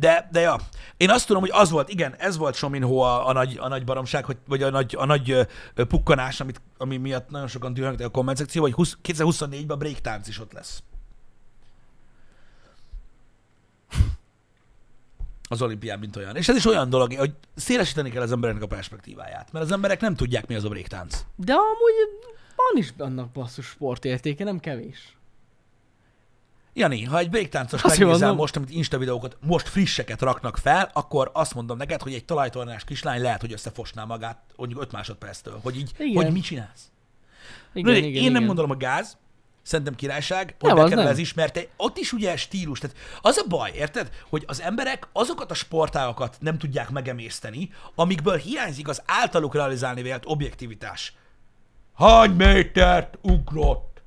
[SPEAKER 1] de, de ja, én azt tudom, hogy az volt, igen, ez volt Sominho a, a, nagy, a nagy baromság, hogy, vagy a nagy, a nagy ö, ö, pukkanás, amit, ami miatt nagyon sokan dühöngtek a komment szekció, hogy 20, 2024-ben a breaktánc is ott lesz. Az olimpián, mint olyan. És ez is olyan dolog, hogy szélesíteni kell az embereknek a perspektíváját, mert az emberek nem tudják, mi az a breaktánc.
[SPEAKER 2] De amúgy van is annak basszus sportértéke, nem kevés.
[SPEAKER 1] Jani, ha egy breaktáncos
[SPEAKER 2] Azt
[SPEAKER 1] megnézel
[SPEAKER 2] mondom.
[SPEAKER 1] most, amit Insta videókat, most frisseket raknak fel, akkor azt mondom neked, hogy egy talajtornás kislány lehet, hogy összefosná magát mondjuk 5 másodperctől, hogy így,
[SPEAKER 2] Igen.
[SPEAKER 1] igen. hogy mit csinálsz.
[SPEAKER 2] Igen,
[SPEAKER 1] Igen,
[SPEAKER 2] igen,
[SPEAKER 1] én
[SPEAKER 2] igen,
[SPEAKER 1] nem gondolom a gáz, szerintem királyság,
[SPEAKER 2] Nem,
[SPEAKER 1] hogy
[SPEAKER 2] az
[SPEAKER 1] neked
[SPEAKER 2] nem.
[SPEAKER 1] ez is, mert te- ott is ugye stílus. Tehát az a baj, érted, hogy az emberek azokat a sportágokat nem tudják megemészteni, amikből hiányzik az általuk realizálni vélt objektivitás. Hány métert ugrott?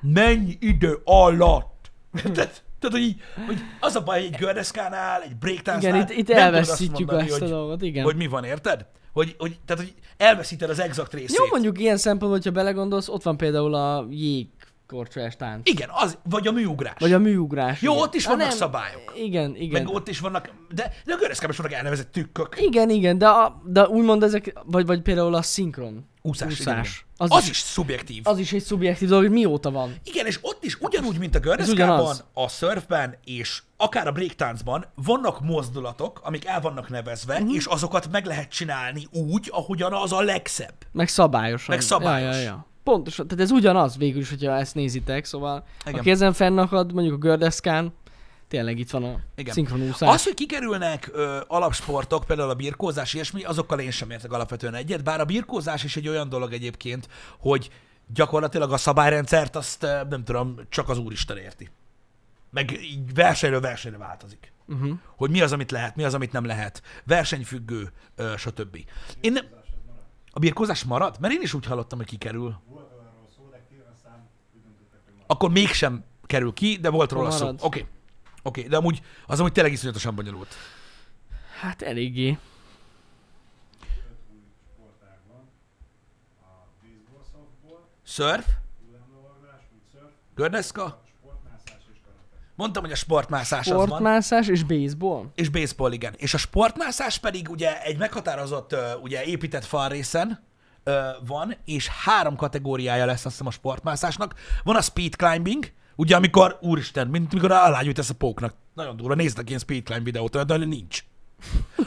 [SPEAKER 1] Mennyi idő alatt? Tehát, tehát hogy, így, hogy az a baj, egy gördeszkánál, egy breaktáncnál
[SPEAKER 2] Igen, itt, itt
[SPEAKER 1] nem tudod azt
[SPEAKER 2] elveszítjük
[SPEAKER 1] mondani,
[SPEAKER 2] ezt a
[SPEAKER 1] hogy,
[SPEAKER 2] dolgot, igen.
[SPEAKER 1] hogy mi van, érted? Hogy, hogy, tehát, hogy elveszíted az exakt részét.
[SPEAKER 2] Jó, mondjuk ilyen szempontból, hogyha belegondolsz, ott van például a jég korcsolyás tánc.
[SPEAKER 1] Igen, az, vagy a műugrás.
[SPEAKER 2] Vagy a műugrás.
[SPEAKER 1] Jó,
[SPEAKER 2] igen.
[SPEAKER 1] ott is
[SPEAKER 2] Na,
[SPEAKER 1] vannak
[SPEAKER 2] nem.
[SPEAKER 1] szabályok.
[SPEAKER 2] Igen, igen.
[SPEAKER 1] Meg ott is vannak, de, de a göreszkában is vannak elnevezett trükkök.
[SPEAKER 2] Igen, igen, de, a, de úgymond ezek, vagy, vagy például a szinkron.
[SPEAKER 1] Úszás. igen,
[SPEAKER 2] úszás.
[SPEAKER 1] igen.
[SPEAKER 2] Az
[SPEAKER 1] Az,
[SPEAKER 2] is-
[SPEAKER 1] is, szubjektív.
[SPEAKER 2] Az is egy szubjektív dolog, hogy mióta van.
[SPEAKER 1] Igen, és ott is ugyanúgy, mint a
[SPEAKER 2] ugyanaz.
[SPEAKER 1] görneszkában, a szörfben és akár a breaktáncban vannak mozdulatok, amik el vannak nevezve,
[SPEAKER 2] Mhm.
[SPEAKER 1] uh-huh. és azokat meg lehet csinálni úgy, ahogyan az a legszebb.
[SPEAKER 2] Meg szabályosan.
[SPEAKER 1] Meg szabályos.
[SPEAKER 2] Ja, ja, ja. Pontosan, tehát ez ugyanaz végül is, hogyha ezt nézitek, szóval Igen.
[SPEAKER 1] Igen.
[SPEAKER 2] aki ezen fennakad, mondjuk a gördeszkán, tényleg itt van a Igen. szinkronúszás.
[SPEAKER 1] Az, hogy kikerülnek ö, alapsportok, például a birkózás, ilyesmi, azokkal én sem értek alapvetően egyet, bár a birkózás is egy olyan dolog egyébként, hogy gyakorlatilag a szabályrendszert azt ö, nem tudom, csak az Úristen érti. Meg így versenyről versenyre változik.
[SPEAKER 2] Uh-huh.
[SPEAKER 1] hogy mi az, amit lehet, mi az, amit nem lehet, versenyfüggő, ö, stb. Én nem... A birkózás marad? Mert én is úgy hallottam, hogy kikerül.
[SPEAKER 3] Volt arról szó, de kijön a szám, úgy döntöttek, hogy ma.
[SPEAKER 1] Akkor mégsem kerül ki, de volt róla szó. Oké.
[SPEAKER 2] Marad.
[SPEAKER 1] Oké, de amúgy, az amúgy tényleg iszonyatosan bonyolult.
[SPEAKER 2] Hát eléggé.
[SPEAKER 3] Öt új sportág van. A baseball, softball,
[SPEAKER 1] Surf,
[SPEAKER 3] hullámlovagolás, windsurf,
[SPEAKER 1] gördeszka,
[SPEAKER 3] sportmászás és karate.
[SPEAKER 1] mondtam, hogy a sportmászás az van.
[SPEAKER 2] Sportmászás és baseball.
[SPEAKER 1] És baseball, igen. És a sportmászás pedig ugye egy meghatározott, ö, ugye épített falrészen ö, van, és három kategóriája lesz azt hiszem a sportmászásnak. Van a speed climbing, ugye amikor, úristen, mint amikor alágyújtasz a póknak. Nagyon durva, néztek ilyen speed climb videót, olyan, de nincs.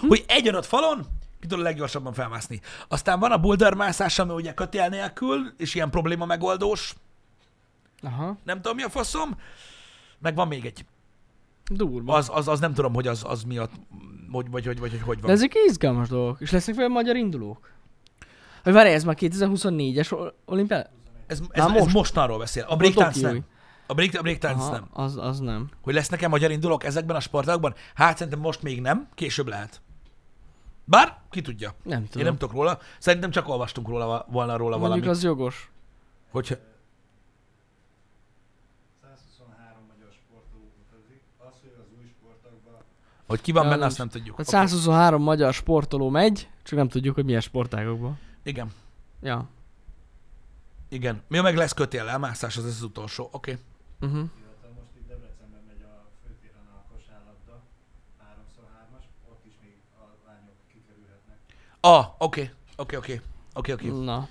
[SPEAKER 1] Hogy egy adott falon, ki tud a leggyorsabban felmászni. Aztán van a bouldermászás, ami ugye kötél nélkül, és ilyen probléma megoldós,
[SPEAKER 2] Aha,
[SPEAKER 1] nem tudom mi a faszom. Meg van még egy.
[SPEAKER 2] durva.
[SPEAKER 1] Az, az, az nem tudom, hogy az, az miatt, hogy, vagy, vagy, vagy, hogy, hogy van.
[SPEAKER 2] De ezek izgalmas dolgok. És lesznek olyan magyar indulók? Hogy várj, ez már 2024-es ol- olimpia?
[SPEAKER 1] Ez, ez,
[SPEAKER 2] most?
[SPEAKER 1] most? ez mostanról beszél. A
[SPEAKER 2] Akkor
[SPEAKER 1] breakdance
[SPEAKER 2] Tokiói.
[SPEAKER 1] nem. A, break, a breakdance
[SPEAKER 2] Aha,
[SPEAKER 1] nem.
[SPEAKER 2] Az, az nem.
[SPEAKER 1] Hogy lesz nekem magyar indulók ezekben a sportágokban? Hát szerintem most még nem, később lehet. Bár, ki tudja.
[SPEAKER 2] Nem
[SPEAKER 1] Én
[SPEAKER 2] tudom.
[SPEAKER 1] nem tudok róla. Szerintem csak olvastunk róla, va- volna róla
[SPEAKER 2] Mondjuk
[SPEAKER 1] valamit. Az...
[SPEAKER 2] az jogos.
[SPEAKER 1] Hogyha...
[SPEAKER 3] 123 magyar sportoló utazik. Az, hogy az új sportokban
[SPEAKER 1] Hogy ki van
[SPEAKER 2] Ja,
[SPEAKER 1] benne,
[SPEAKER 2] nem
[SPEAKER 1] azt
[SPEAKER 2] is.
[SPEAKER 1] nem tudjuk.
[SPEAKER 2] Hát
[SPEAKER 1] Oké.
[SPEAKER 2] 123 magyar sportoló megy, csak nem tudjuk, hogy milyen sportágokban.
[SPEAKER 1] Igen,
[SPEAKER 2] Ja.
[SPEAKER 1] igen. Mi meg lesz kötél, elmászás, az ez az utolsó. Oké. Okay.
[SPEAKER 2] Uh-huh.
[SPEAKER 3] illetve most itt Debrecenben megy a főtéren a kosárlabda, 3x3-as, ott is még a lányok kikerülhetnek.
[SPEAKER 1] Ah, oké, okay. oké, okay, oké. Okay. Oké, oké.
[SPEAKER 2] Na.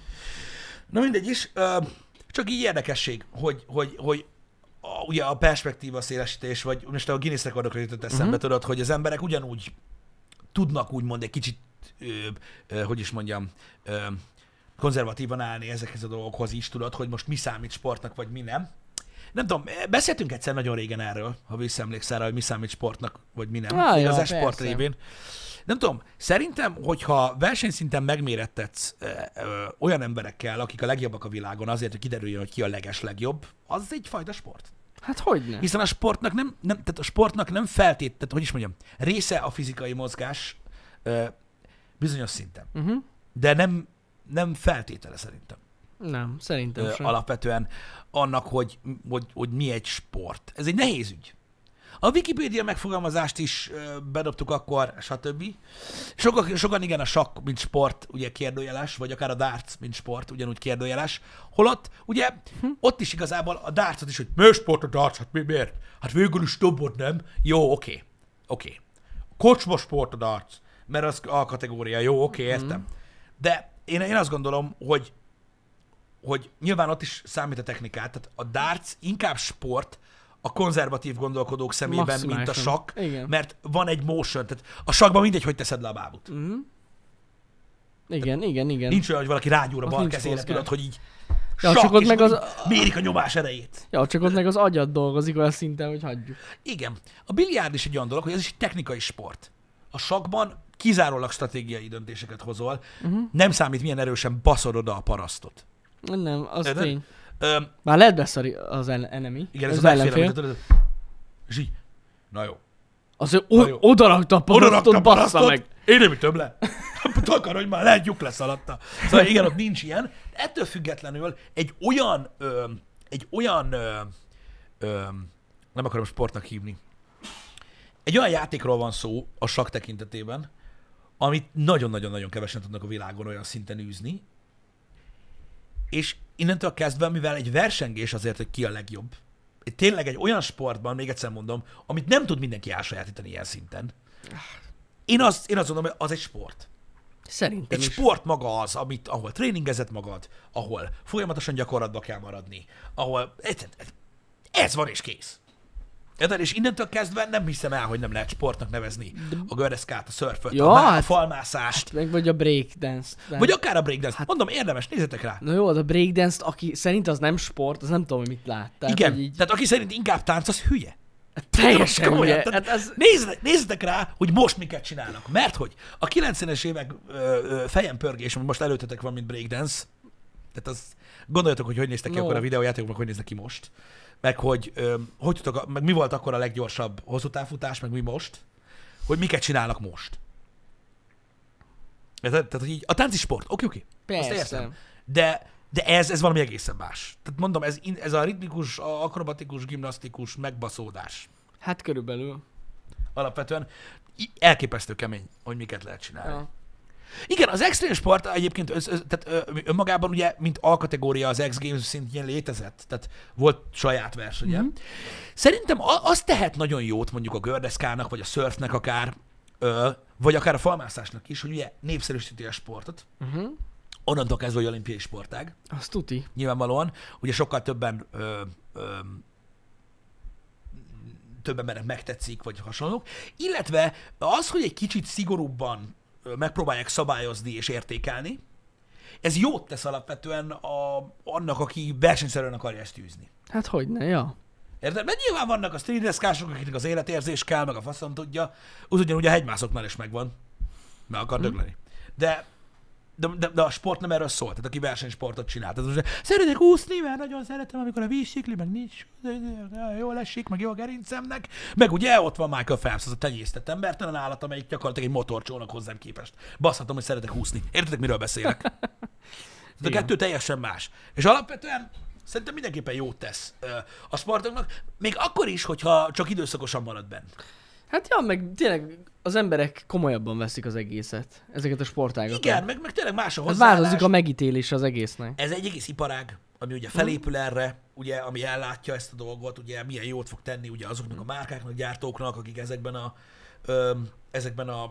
[SPEAKER 1] Na mindegy is, ö, csak így érdekesség, hogy, hogy, hogy a, ugye a perspektíva szélesítés, vagy most a Guinness rekordokra jutott eszembe,
[SPEAKER 2] Mhm.
[SPEAKER 1] uh-huh. tudod, hogy az emberek ugyanúgy tudnak úgymond egy kicsit, ö, ö, hogy is mondjam, ö, konzervatívan állni ezekhez a dolgokhoz is, tudod, hogy most mi számít sportnak, vagy mi nem. Nem tudom, beszéltünk egyszer nagyon régen erről, ha visszaemlékszel rá, hogy mi számít sportnak, vagy mi nem.
[SPEAKER 2] Á,
[SPEAKER 1] Ah,
[SPEAKER 2] ja,
[SPEAKER 1] az esport
[SPEAKER 2] persze.
[SPEAKER 1] révén. Nem tudom, szerintem, hogyha versenyszinten megmérettetsz ö, ö, olyan emberekkel, akik a legjobbak a világon, azért, hogy kiderüljön, hogy ki a leges legjobb, az egyfajta sport.
[SPEAKER 2] Hát hogy ne?
[SPEAKER 1] Hiszen a sportnak nem, nem tehát a sportnak nem feltét, tehát hogy is mondjam, része a fizikai mozgás ö, bizonyos szinten.
[SPEAKER 2] Uh-huh.
[SPEAKER 1] De nem, nem feltétele szerintem
[SPEAKER 2] Nem, szerintem
[SPEAKER 1] ö,
[SPEAKER 2] sem.
[SPEAKER 1] alapvetően annak, hogy, hogy, hogy mi egy sport. Ez egy nehéz ügy. A Wikipédia megfogalmazást is ö, bedobtuk akkor, stb. Sokak, sokan igen, a sakk, mint sport, ugye kérdőjeles, vagy akár a darts, mint sport, ugyanúgy kérdőjeles. Holott, ugye,
[SPEAKER 2] Hm.
[SPEAKER 1] ott is igazából a dartot is, hogy miért sport a darts, hát mi miért? Hát végül is dobod, nem? Jó, oké. Oké. Kocsma sport a darts, mert az a kategória, jó, oké,
[SPEAKER 2] Mhm.
[SPEAKER 1] értem. De én, én azt gondolom, hogy hogy nyilván ott is számít a technikát, tehát a darts inkább sport a konzervatív gondolkodók szemében, mint a
[SPEAKER 2] Maximálisan.
[SPEAKER 1] sakk,
[SPEAKER 2] Igen.
[SPEAKER 1] mert van egy motion, tehát a sakban mindegy, hogy teszed le a bábút.
[SPEAKER 2] Uh-huh. Igen, igen, igen.
[SPEAKER 1] Nincs olyan, hogy valaki rágyúr a
[SPEAKER 2] Ott
[SPEAKER 1] bal
[SPEAKER 2] nincs
[SPEAKER 1] kezére,
[SPEAKER 2] mozgás.
[SPEAKER 1] tudod, hogy így
[SPEAKER 2] Ja,
[SPEAKER 1] sakk,
[SPEAKER 2] csak ott
[SPEAKER 1] és
[SPEAKER 2] meg
[SPEAKER 1] akkor
[SPEAKER 2] az-
[SPEAKER 1] így mérik a nyomás erejét.
[SPEAKER 2] Ja, csak ott meg az agyad dolgozik olyan szinten, hogy hagyjuk.
[SPEAKER 1] Igen. A biliárd is egy olyan dolog, hogy ez is egy technikai sport. A sakban kizárólag stratégiai döntéseket hozol,
[SPEAKER 2] Mhm.
[SPEAKER 1] uh-huh. nem számít, milyen erősen baszod oda a parasztot.
[SPEAKER 2] Nem, az
[SPEAKER 1] Érted?
[SPEAKER 2] tény.
[SPEAKER 1] Öm,
[SPEAKER 2] Már lehet beszari az en- enemy.
[SPEAKER 1] igen,
[SPEAKER 2] az,
[SPEAKER 1] ez,
[SPEAKER 2] az
[SPEAKER 1] az ellenfél.
[SPEAKER 2] ellenfél.
[SPEAKER 1] tudod, És így, na jó,
[SPEAKER 2] Az, hogy
[SPEAKER 1] Na jó.
[SPEAKER 2] o- odarakta a
[SPEAKER 1] Oda raktam Hát
[SPEAKER 2] parasztot, bassza meg.
[SPEAKER 1] Én nem ütöm le. Takarodj már, lehet lyuk leszaladta. Szóval igen, ott nincs ilyen. Ettől függetlenül egy olyan, ö, egy olyan, ö, ö, nem akarom sportnak hívni, egy olyan játékról van szó a sak tekintetében, amit nagyon-nagyon-nagyon kevesen tudnak a világon olyan szinten űzni, És innentől kezdve, mivel egy versengés azért, hogy ki a legjobb, egy- tényleg egy olyan sportban, még egyszer mondom, amit nem tud mindenki elsajátítani ilyen szinten. Én azt, én azt gondolom, hogy az egy sport.
[SPEAKER 2] Szerintem
[SPEAKER 1] Egy
[SPEAKER 2] is.
[SPEAKER 1] sport maga az, amit, ahol tréningezed magad, ahol folyamatosan gyakorlatba kell maradni, ahol ez, ez van és kész. Érted? És innentől kezdve nem hiszem el, hogy nem lehet sportnak nevezni a göreszkát, a szörföt,
[SPEAKER 2] Ja,
[SPEAKER 1] a, má- a
[SPEAKER 2] hát- hát-
[SPEAKER 1] falmászást,
[SPEAKER 2] Meg vagy a breakdance. nem?
[SPEAKER 1] vagy akár a breakdance. Mondom, érdemes, nézzetek rá.
[SPEAKER 2] Na jó, az a breakdance aki szerint az nem sport, az nem tudom, hogy mit lát. Tehát,
[SPEAKER 1] Igen,
[SPEAKER 2] hogy Így...
[SPEAKER 1] tehát aki szerint inkább tánc, az hülye.
[SPEAKER 2] Teljesen
[SPEAKER 1] Komolyan,
[SPEAKER 2] ugye.
[SPEAKER 1] tehát
[SPEAKER 2] Hát az...
[SPEAKER 1] Nézzetek, nézzetek rá, hogy most miket csinálnak. Mert hogy a 90-es évek ö, ö, fejen pörgés, ami most előttetek van, mint breakdance, tehát az, gondoljatok, hogy hogy néztek ki
[SPEAKER 2] No.
[SPEAKER 1] akkor a videójátékok, meg hogy néznek ki most. Meg hogy, ö, hogy tudtok, a- meg mi volt akkor a leggyorsabb hosszú távfutás, meg mi most. Hogy miket csinálnak most. Érted? Tehát, hogy így, a tánc is sport, oké, oké. Azt
[SPEAKER 2] Persze.
[SPEAKER 1] értem. De, de ez, ez valami egészen más. Tehát mondom, ez, in- ez a ritmikus, a akrobatikus, gimnasztikus megbaszódás
[SPEAKER 2] Hát körülbelül.
[SPEAKER 1] alapvetően i- elképesztő kemény, hogy miket lehet csinálni. Ja.
[SPEAKER 2] Ja.
[SPEAKER 1] Igen, az extrém sport egyébként öz, öz, tehát ö, önmagában ugye, mint alkategória az X Games szintjén létezett, tehát volt saját versenye. Mm-hmm. Szerintem a- az tehet nagyon jót mondjuk a gördeszkának, vagy a szörfnek akár, ö, vagy akár a falmászásnak is, hogy ugye népszerűsíti a sportot,
[SPEAKER 2] Uh-huh.
[SPEAKER 1] onnantól kezdve, hogy olimpiai sportág
[SPEAKER 2] Azt tuti.
[SPEAKER 1] nyilvánvalóan, ugye sokkal többen ö, ö, több embernek megtetszik, vagy hasonlók, illetve az, hogy egy kicsit szigorúbban ö, megpróbálják szabályozni és értékelni, ez jót tesz alapvetően a, annak, aki versenyszerűen akarja ezt tűzni.
[SPEAKER 2] Hát hogy ne, ja.
[SPEAKER 1] Érted? Mert nyilván vannak a streetdeszkások, akiknek az életérzés kell, meg a faszom tudja, úgy ugyanúgy a hegymászoknál is megvan, meg akar dögleni. De, de, de, de, a sport nem erről szól, tehát aki versenysportot csinál. Tehát most, szeretek úszni, mert nagyon szeretem, amikor a vízsikli, meg nincs, jól esik, meg jó a gerincemnek. Meg ugye ott van Michael Phelps, az a tenyésztett embertelen állat, amelyik gyakorlatilag egy motorcsónak hozzám képest. Basszhatom, hogy szeretek úszni. Értitek, miről beszélek? Ez a
[SPEAKER 2] Igen.
[SPEAKER 1] kettő teljesen más. És alapvetően szerintem mindenképpen jót tesz ö, a sportoknak, még akkor is, hogyha csak időszakosan marad bent.
[SPEAKER 2] Hát ja, meg tényleg az emberek komolyabban veszik az egészet. Ezeket a sportágokat.
[SPEAKER 1] Igen, meg, meg tényleg más a
[SPEAKER 2] Hát
[SPEAKER 1] hozzáállás.
[SPEAKER 2] változik a megítélés az egésznek.
[SPEAKER 1] Ez egy egész iparág, ami ugye
[SPEAKER 2] Mhm.
[SPEAKER 1] felépül erre, ugye, ami ellátja ezt a dolgot, ugye milyen jót fog tenni ugye azoknak a
[SPEAKER 2] Mhm.
[SPEAKER 1] márkáknak, gyártóknak, akik ezekben a, ö, ezekben a,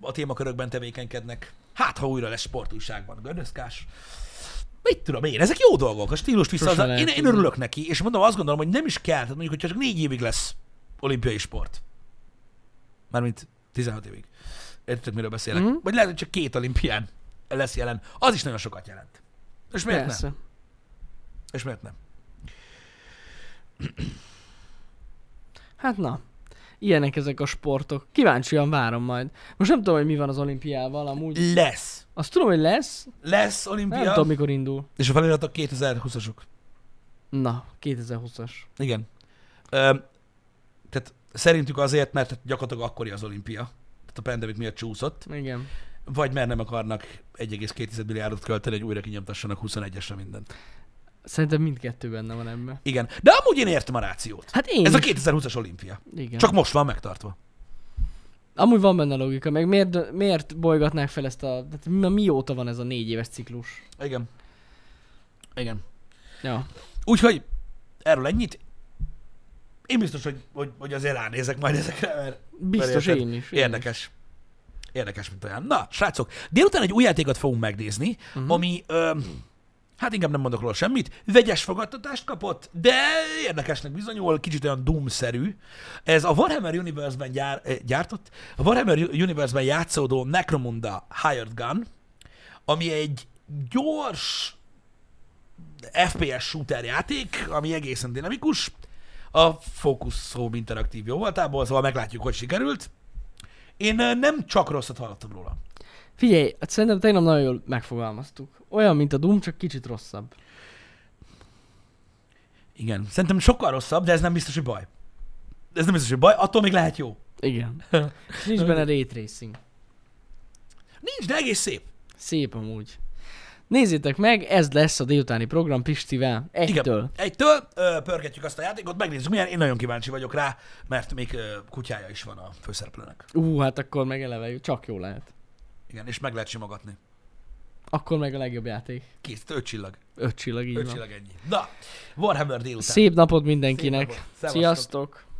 [SPEAKER 1] a témakörökben tevékenykednek. Hát, ha újra lesz sportújságban, gördeszkás. Mit tudom én, ezek jó dolgok, a stílus vissza.
[SPEAKER 2] Sose
[SPEAKER 1] Az,
[SPEAKER 2] lehet
[SPEAKER 1] én, én
[SPEAKER 2] tudni.
[SPEAKER 1] örülök neki, és mondom, azt gondolom, hogy nem is kell, tehát mondjuk, hogy csak négy évig lesz olimpiai sport. Mármint 16 évig. Értitek, miről beszélek?
[SPEAKER 2] Mhm.
[SPEAKER 1] Mm-hmm. Vagy lehet, hogy csak két olimpián lesz jelen. Az is nagyon sokat jelent. És miért nem?
[SPEAKER 2] Persze.
[SPEAKER 1] És miért nem?
[SPEAKER 2] Hát na. Ilyenek ezek a sportok. Kíváncsian várom majd. Most nem tudom, hogy mi van az olimpiával amúgy.
[SPEAKER 1] Lesz.
[SPEAKER 2] Azt tudom, hogy lesz.
[SPEAKER 1] Lesz
[SPEAKER 2] Nem
[SPEAKER 1] olimpia.
[SPEAKER 2] tudom, mikor indul.
[SPEAKER 1] És a feliratok 2020-asok.
[SPEAKER 2] Na, 2020-as.
[SPEAKER 1] Igen. Ö, tehát szerintük azért, mert hát gyakorlatilag akkori az olimpia. Tehát a pandemik miatt csúszott.
[SPEAKER 2] Igen.
[SPEAKER 1] Vagy mert nem akarnak 1,2 milliárdot költeni, hogy újra kinyomtassanak 21-esre mindent.
[SPEAKER 2] Szerintem mindkettő benne van ebben.
[SPEAKER 1] Igen. De amúgy én értem a rációt.
[SPEAKER 2] Hát én
[SPEAKER 1] Ez a
[SPEAKER 2] is.
[SPEAKER 1] 2020-as olimpia.
[SPEAKER 2] Igen.
[SPEAKER 1] Csak most van megtartva.
[SPEAKER 2] Amúgy van benne logika, meg miért, miért bolygatnák fel ezt a... Tehát mi- mióta van ez a négy éves ciklus?
[SPEAKER 1] Igen. Igen.
[SPEAKER 2] Ja.
[SPEAKER 1] Úgyhogy erről ennyit. Én biztos, hogy, hogy, hogy azért ránézek majd ezekre, mert
[SPEAKER 2] Biztos
[SPEAKER 1] Mert
[SPEAKER 2] én is. Én is.
[SPEAKER 1] Érdekes. Érdekes, mint olyan. Na, srácok, délután egy új játékot fogunk megnézni,
[SPEAKER 2] Mhm.
[SPEAKER 1] uh-huh. ami, ö, hát inkább nem mondok róla semmit, vegyes fogadtatást kapott, de érdekesnek bizonyul, kicsit olyan Doom-szerű. Ez a Warhammer Universe-ben gyár, eh, gyártott, a Warhammer Universe-ben játszódó Necromunda Hired Gun, ami egy gyors FPS shooter játék, ami egészen dinamikus, a Focus Home interaktív jó voltából, szóval meglátjuk, hogy sikerült. Én ö, nem csak rosszat hallottam róla.
[SPEAKER 2] Figyelj, hát szerintem tegnap nagyon jól megfogalmaztuk. Olyan, mint a Doom, csak kicsit rosszabb.
[SPEAKER 1] Igen. Szerintem sokkal rosszabb, de ez nem biztos, hogy baj. Ez nem biztos, hogy baj, attól még lehet jó.
[SPEAKER 2] Igen. És Nincs benne ray tracing.
[SPEAKER 1] Nincs, de egész szép.
[SPEAKER 2] Szép amúgy. Nézzétek meg, ez lesz a délutáni program Pistivel. Egytől.
[SPEAKER 1] Igen. Egytől ö, pörgetjük azt a játékot, megnézzük milyen. Én nagyon kíváncsi vagyok rá, mert még ö, kutyája is van a főszereplőnek.
[SPEAKER 2] Ú, hát akkor meg eleve jó- csak jó lehet.
[SPEAKER 1] Igen, és meg lehet simogatni.
[SPEAKER 2] Akkor meg a legjobb játék.
[SPEAKER 1] Kész, öt csillag.
[SPEAKER 2] Öt csillag, így
[SPEAKER 1] Öt
[SPEAKER 2] van.
[SPEAKER 1] csillag ennyi. Na, Warhammer délután.
[SPEAKER 2] Szép napot mindenkinek.
[SPEAKER 1] Szép napot. Szevasztok.
[SPEAKER 2] Sziasztok!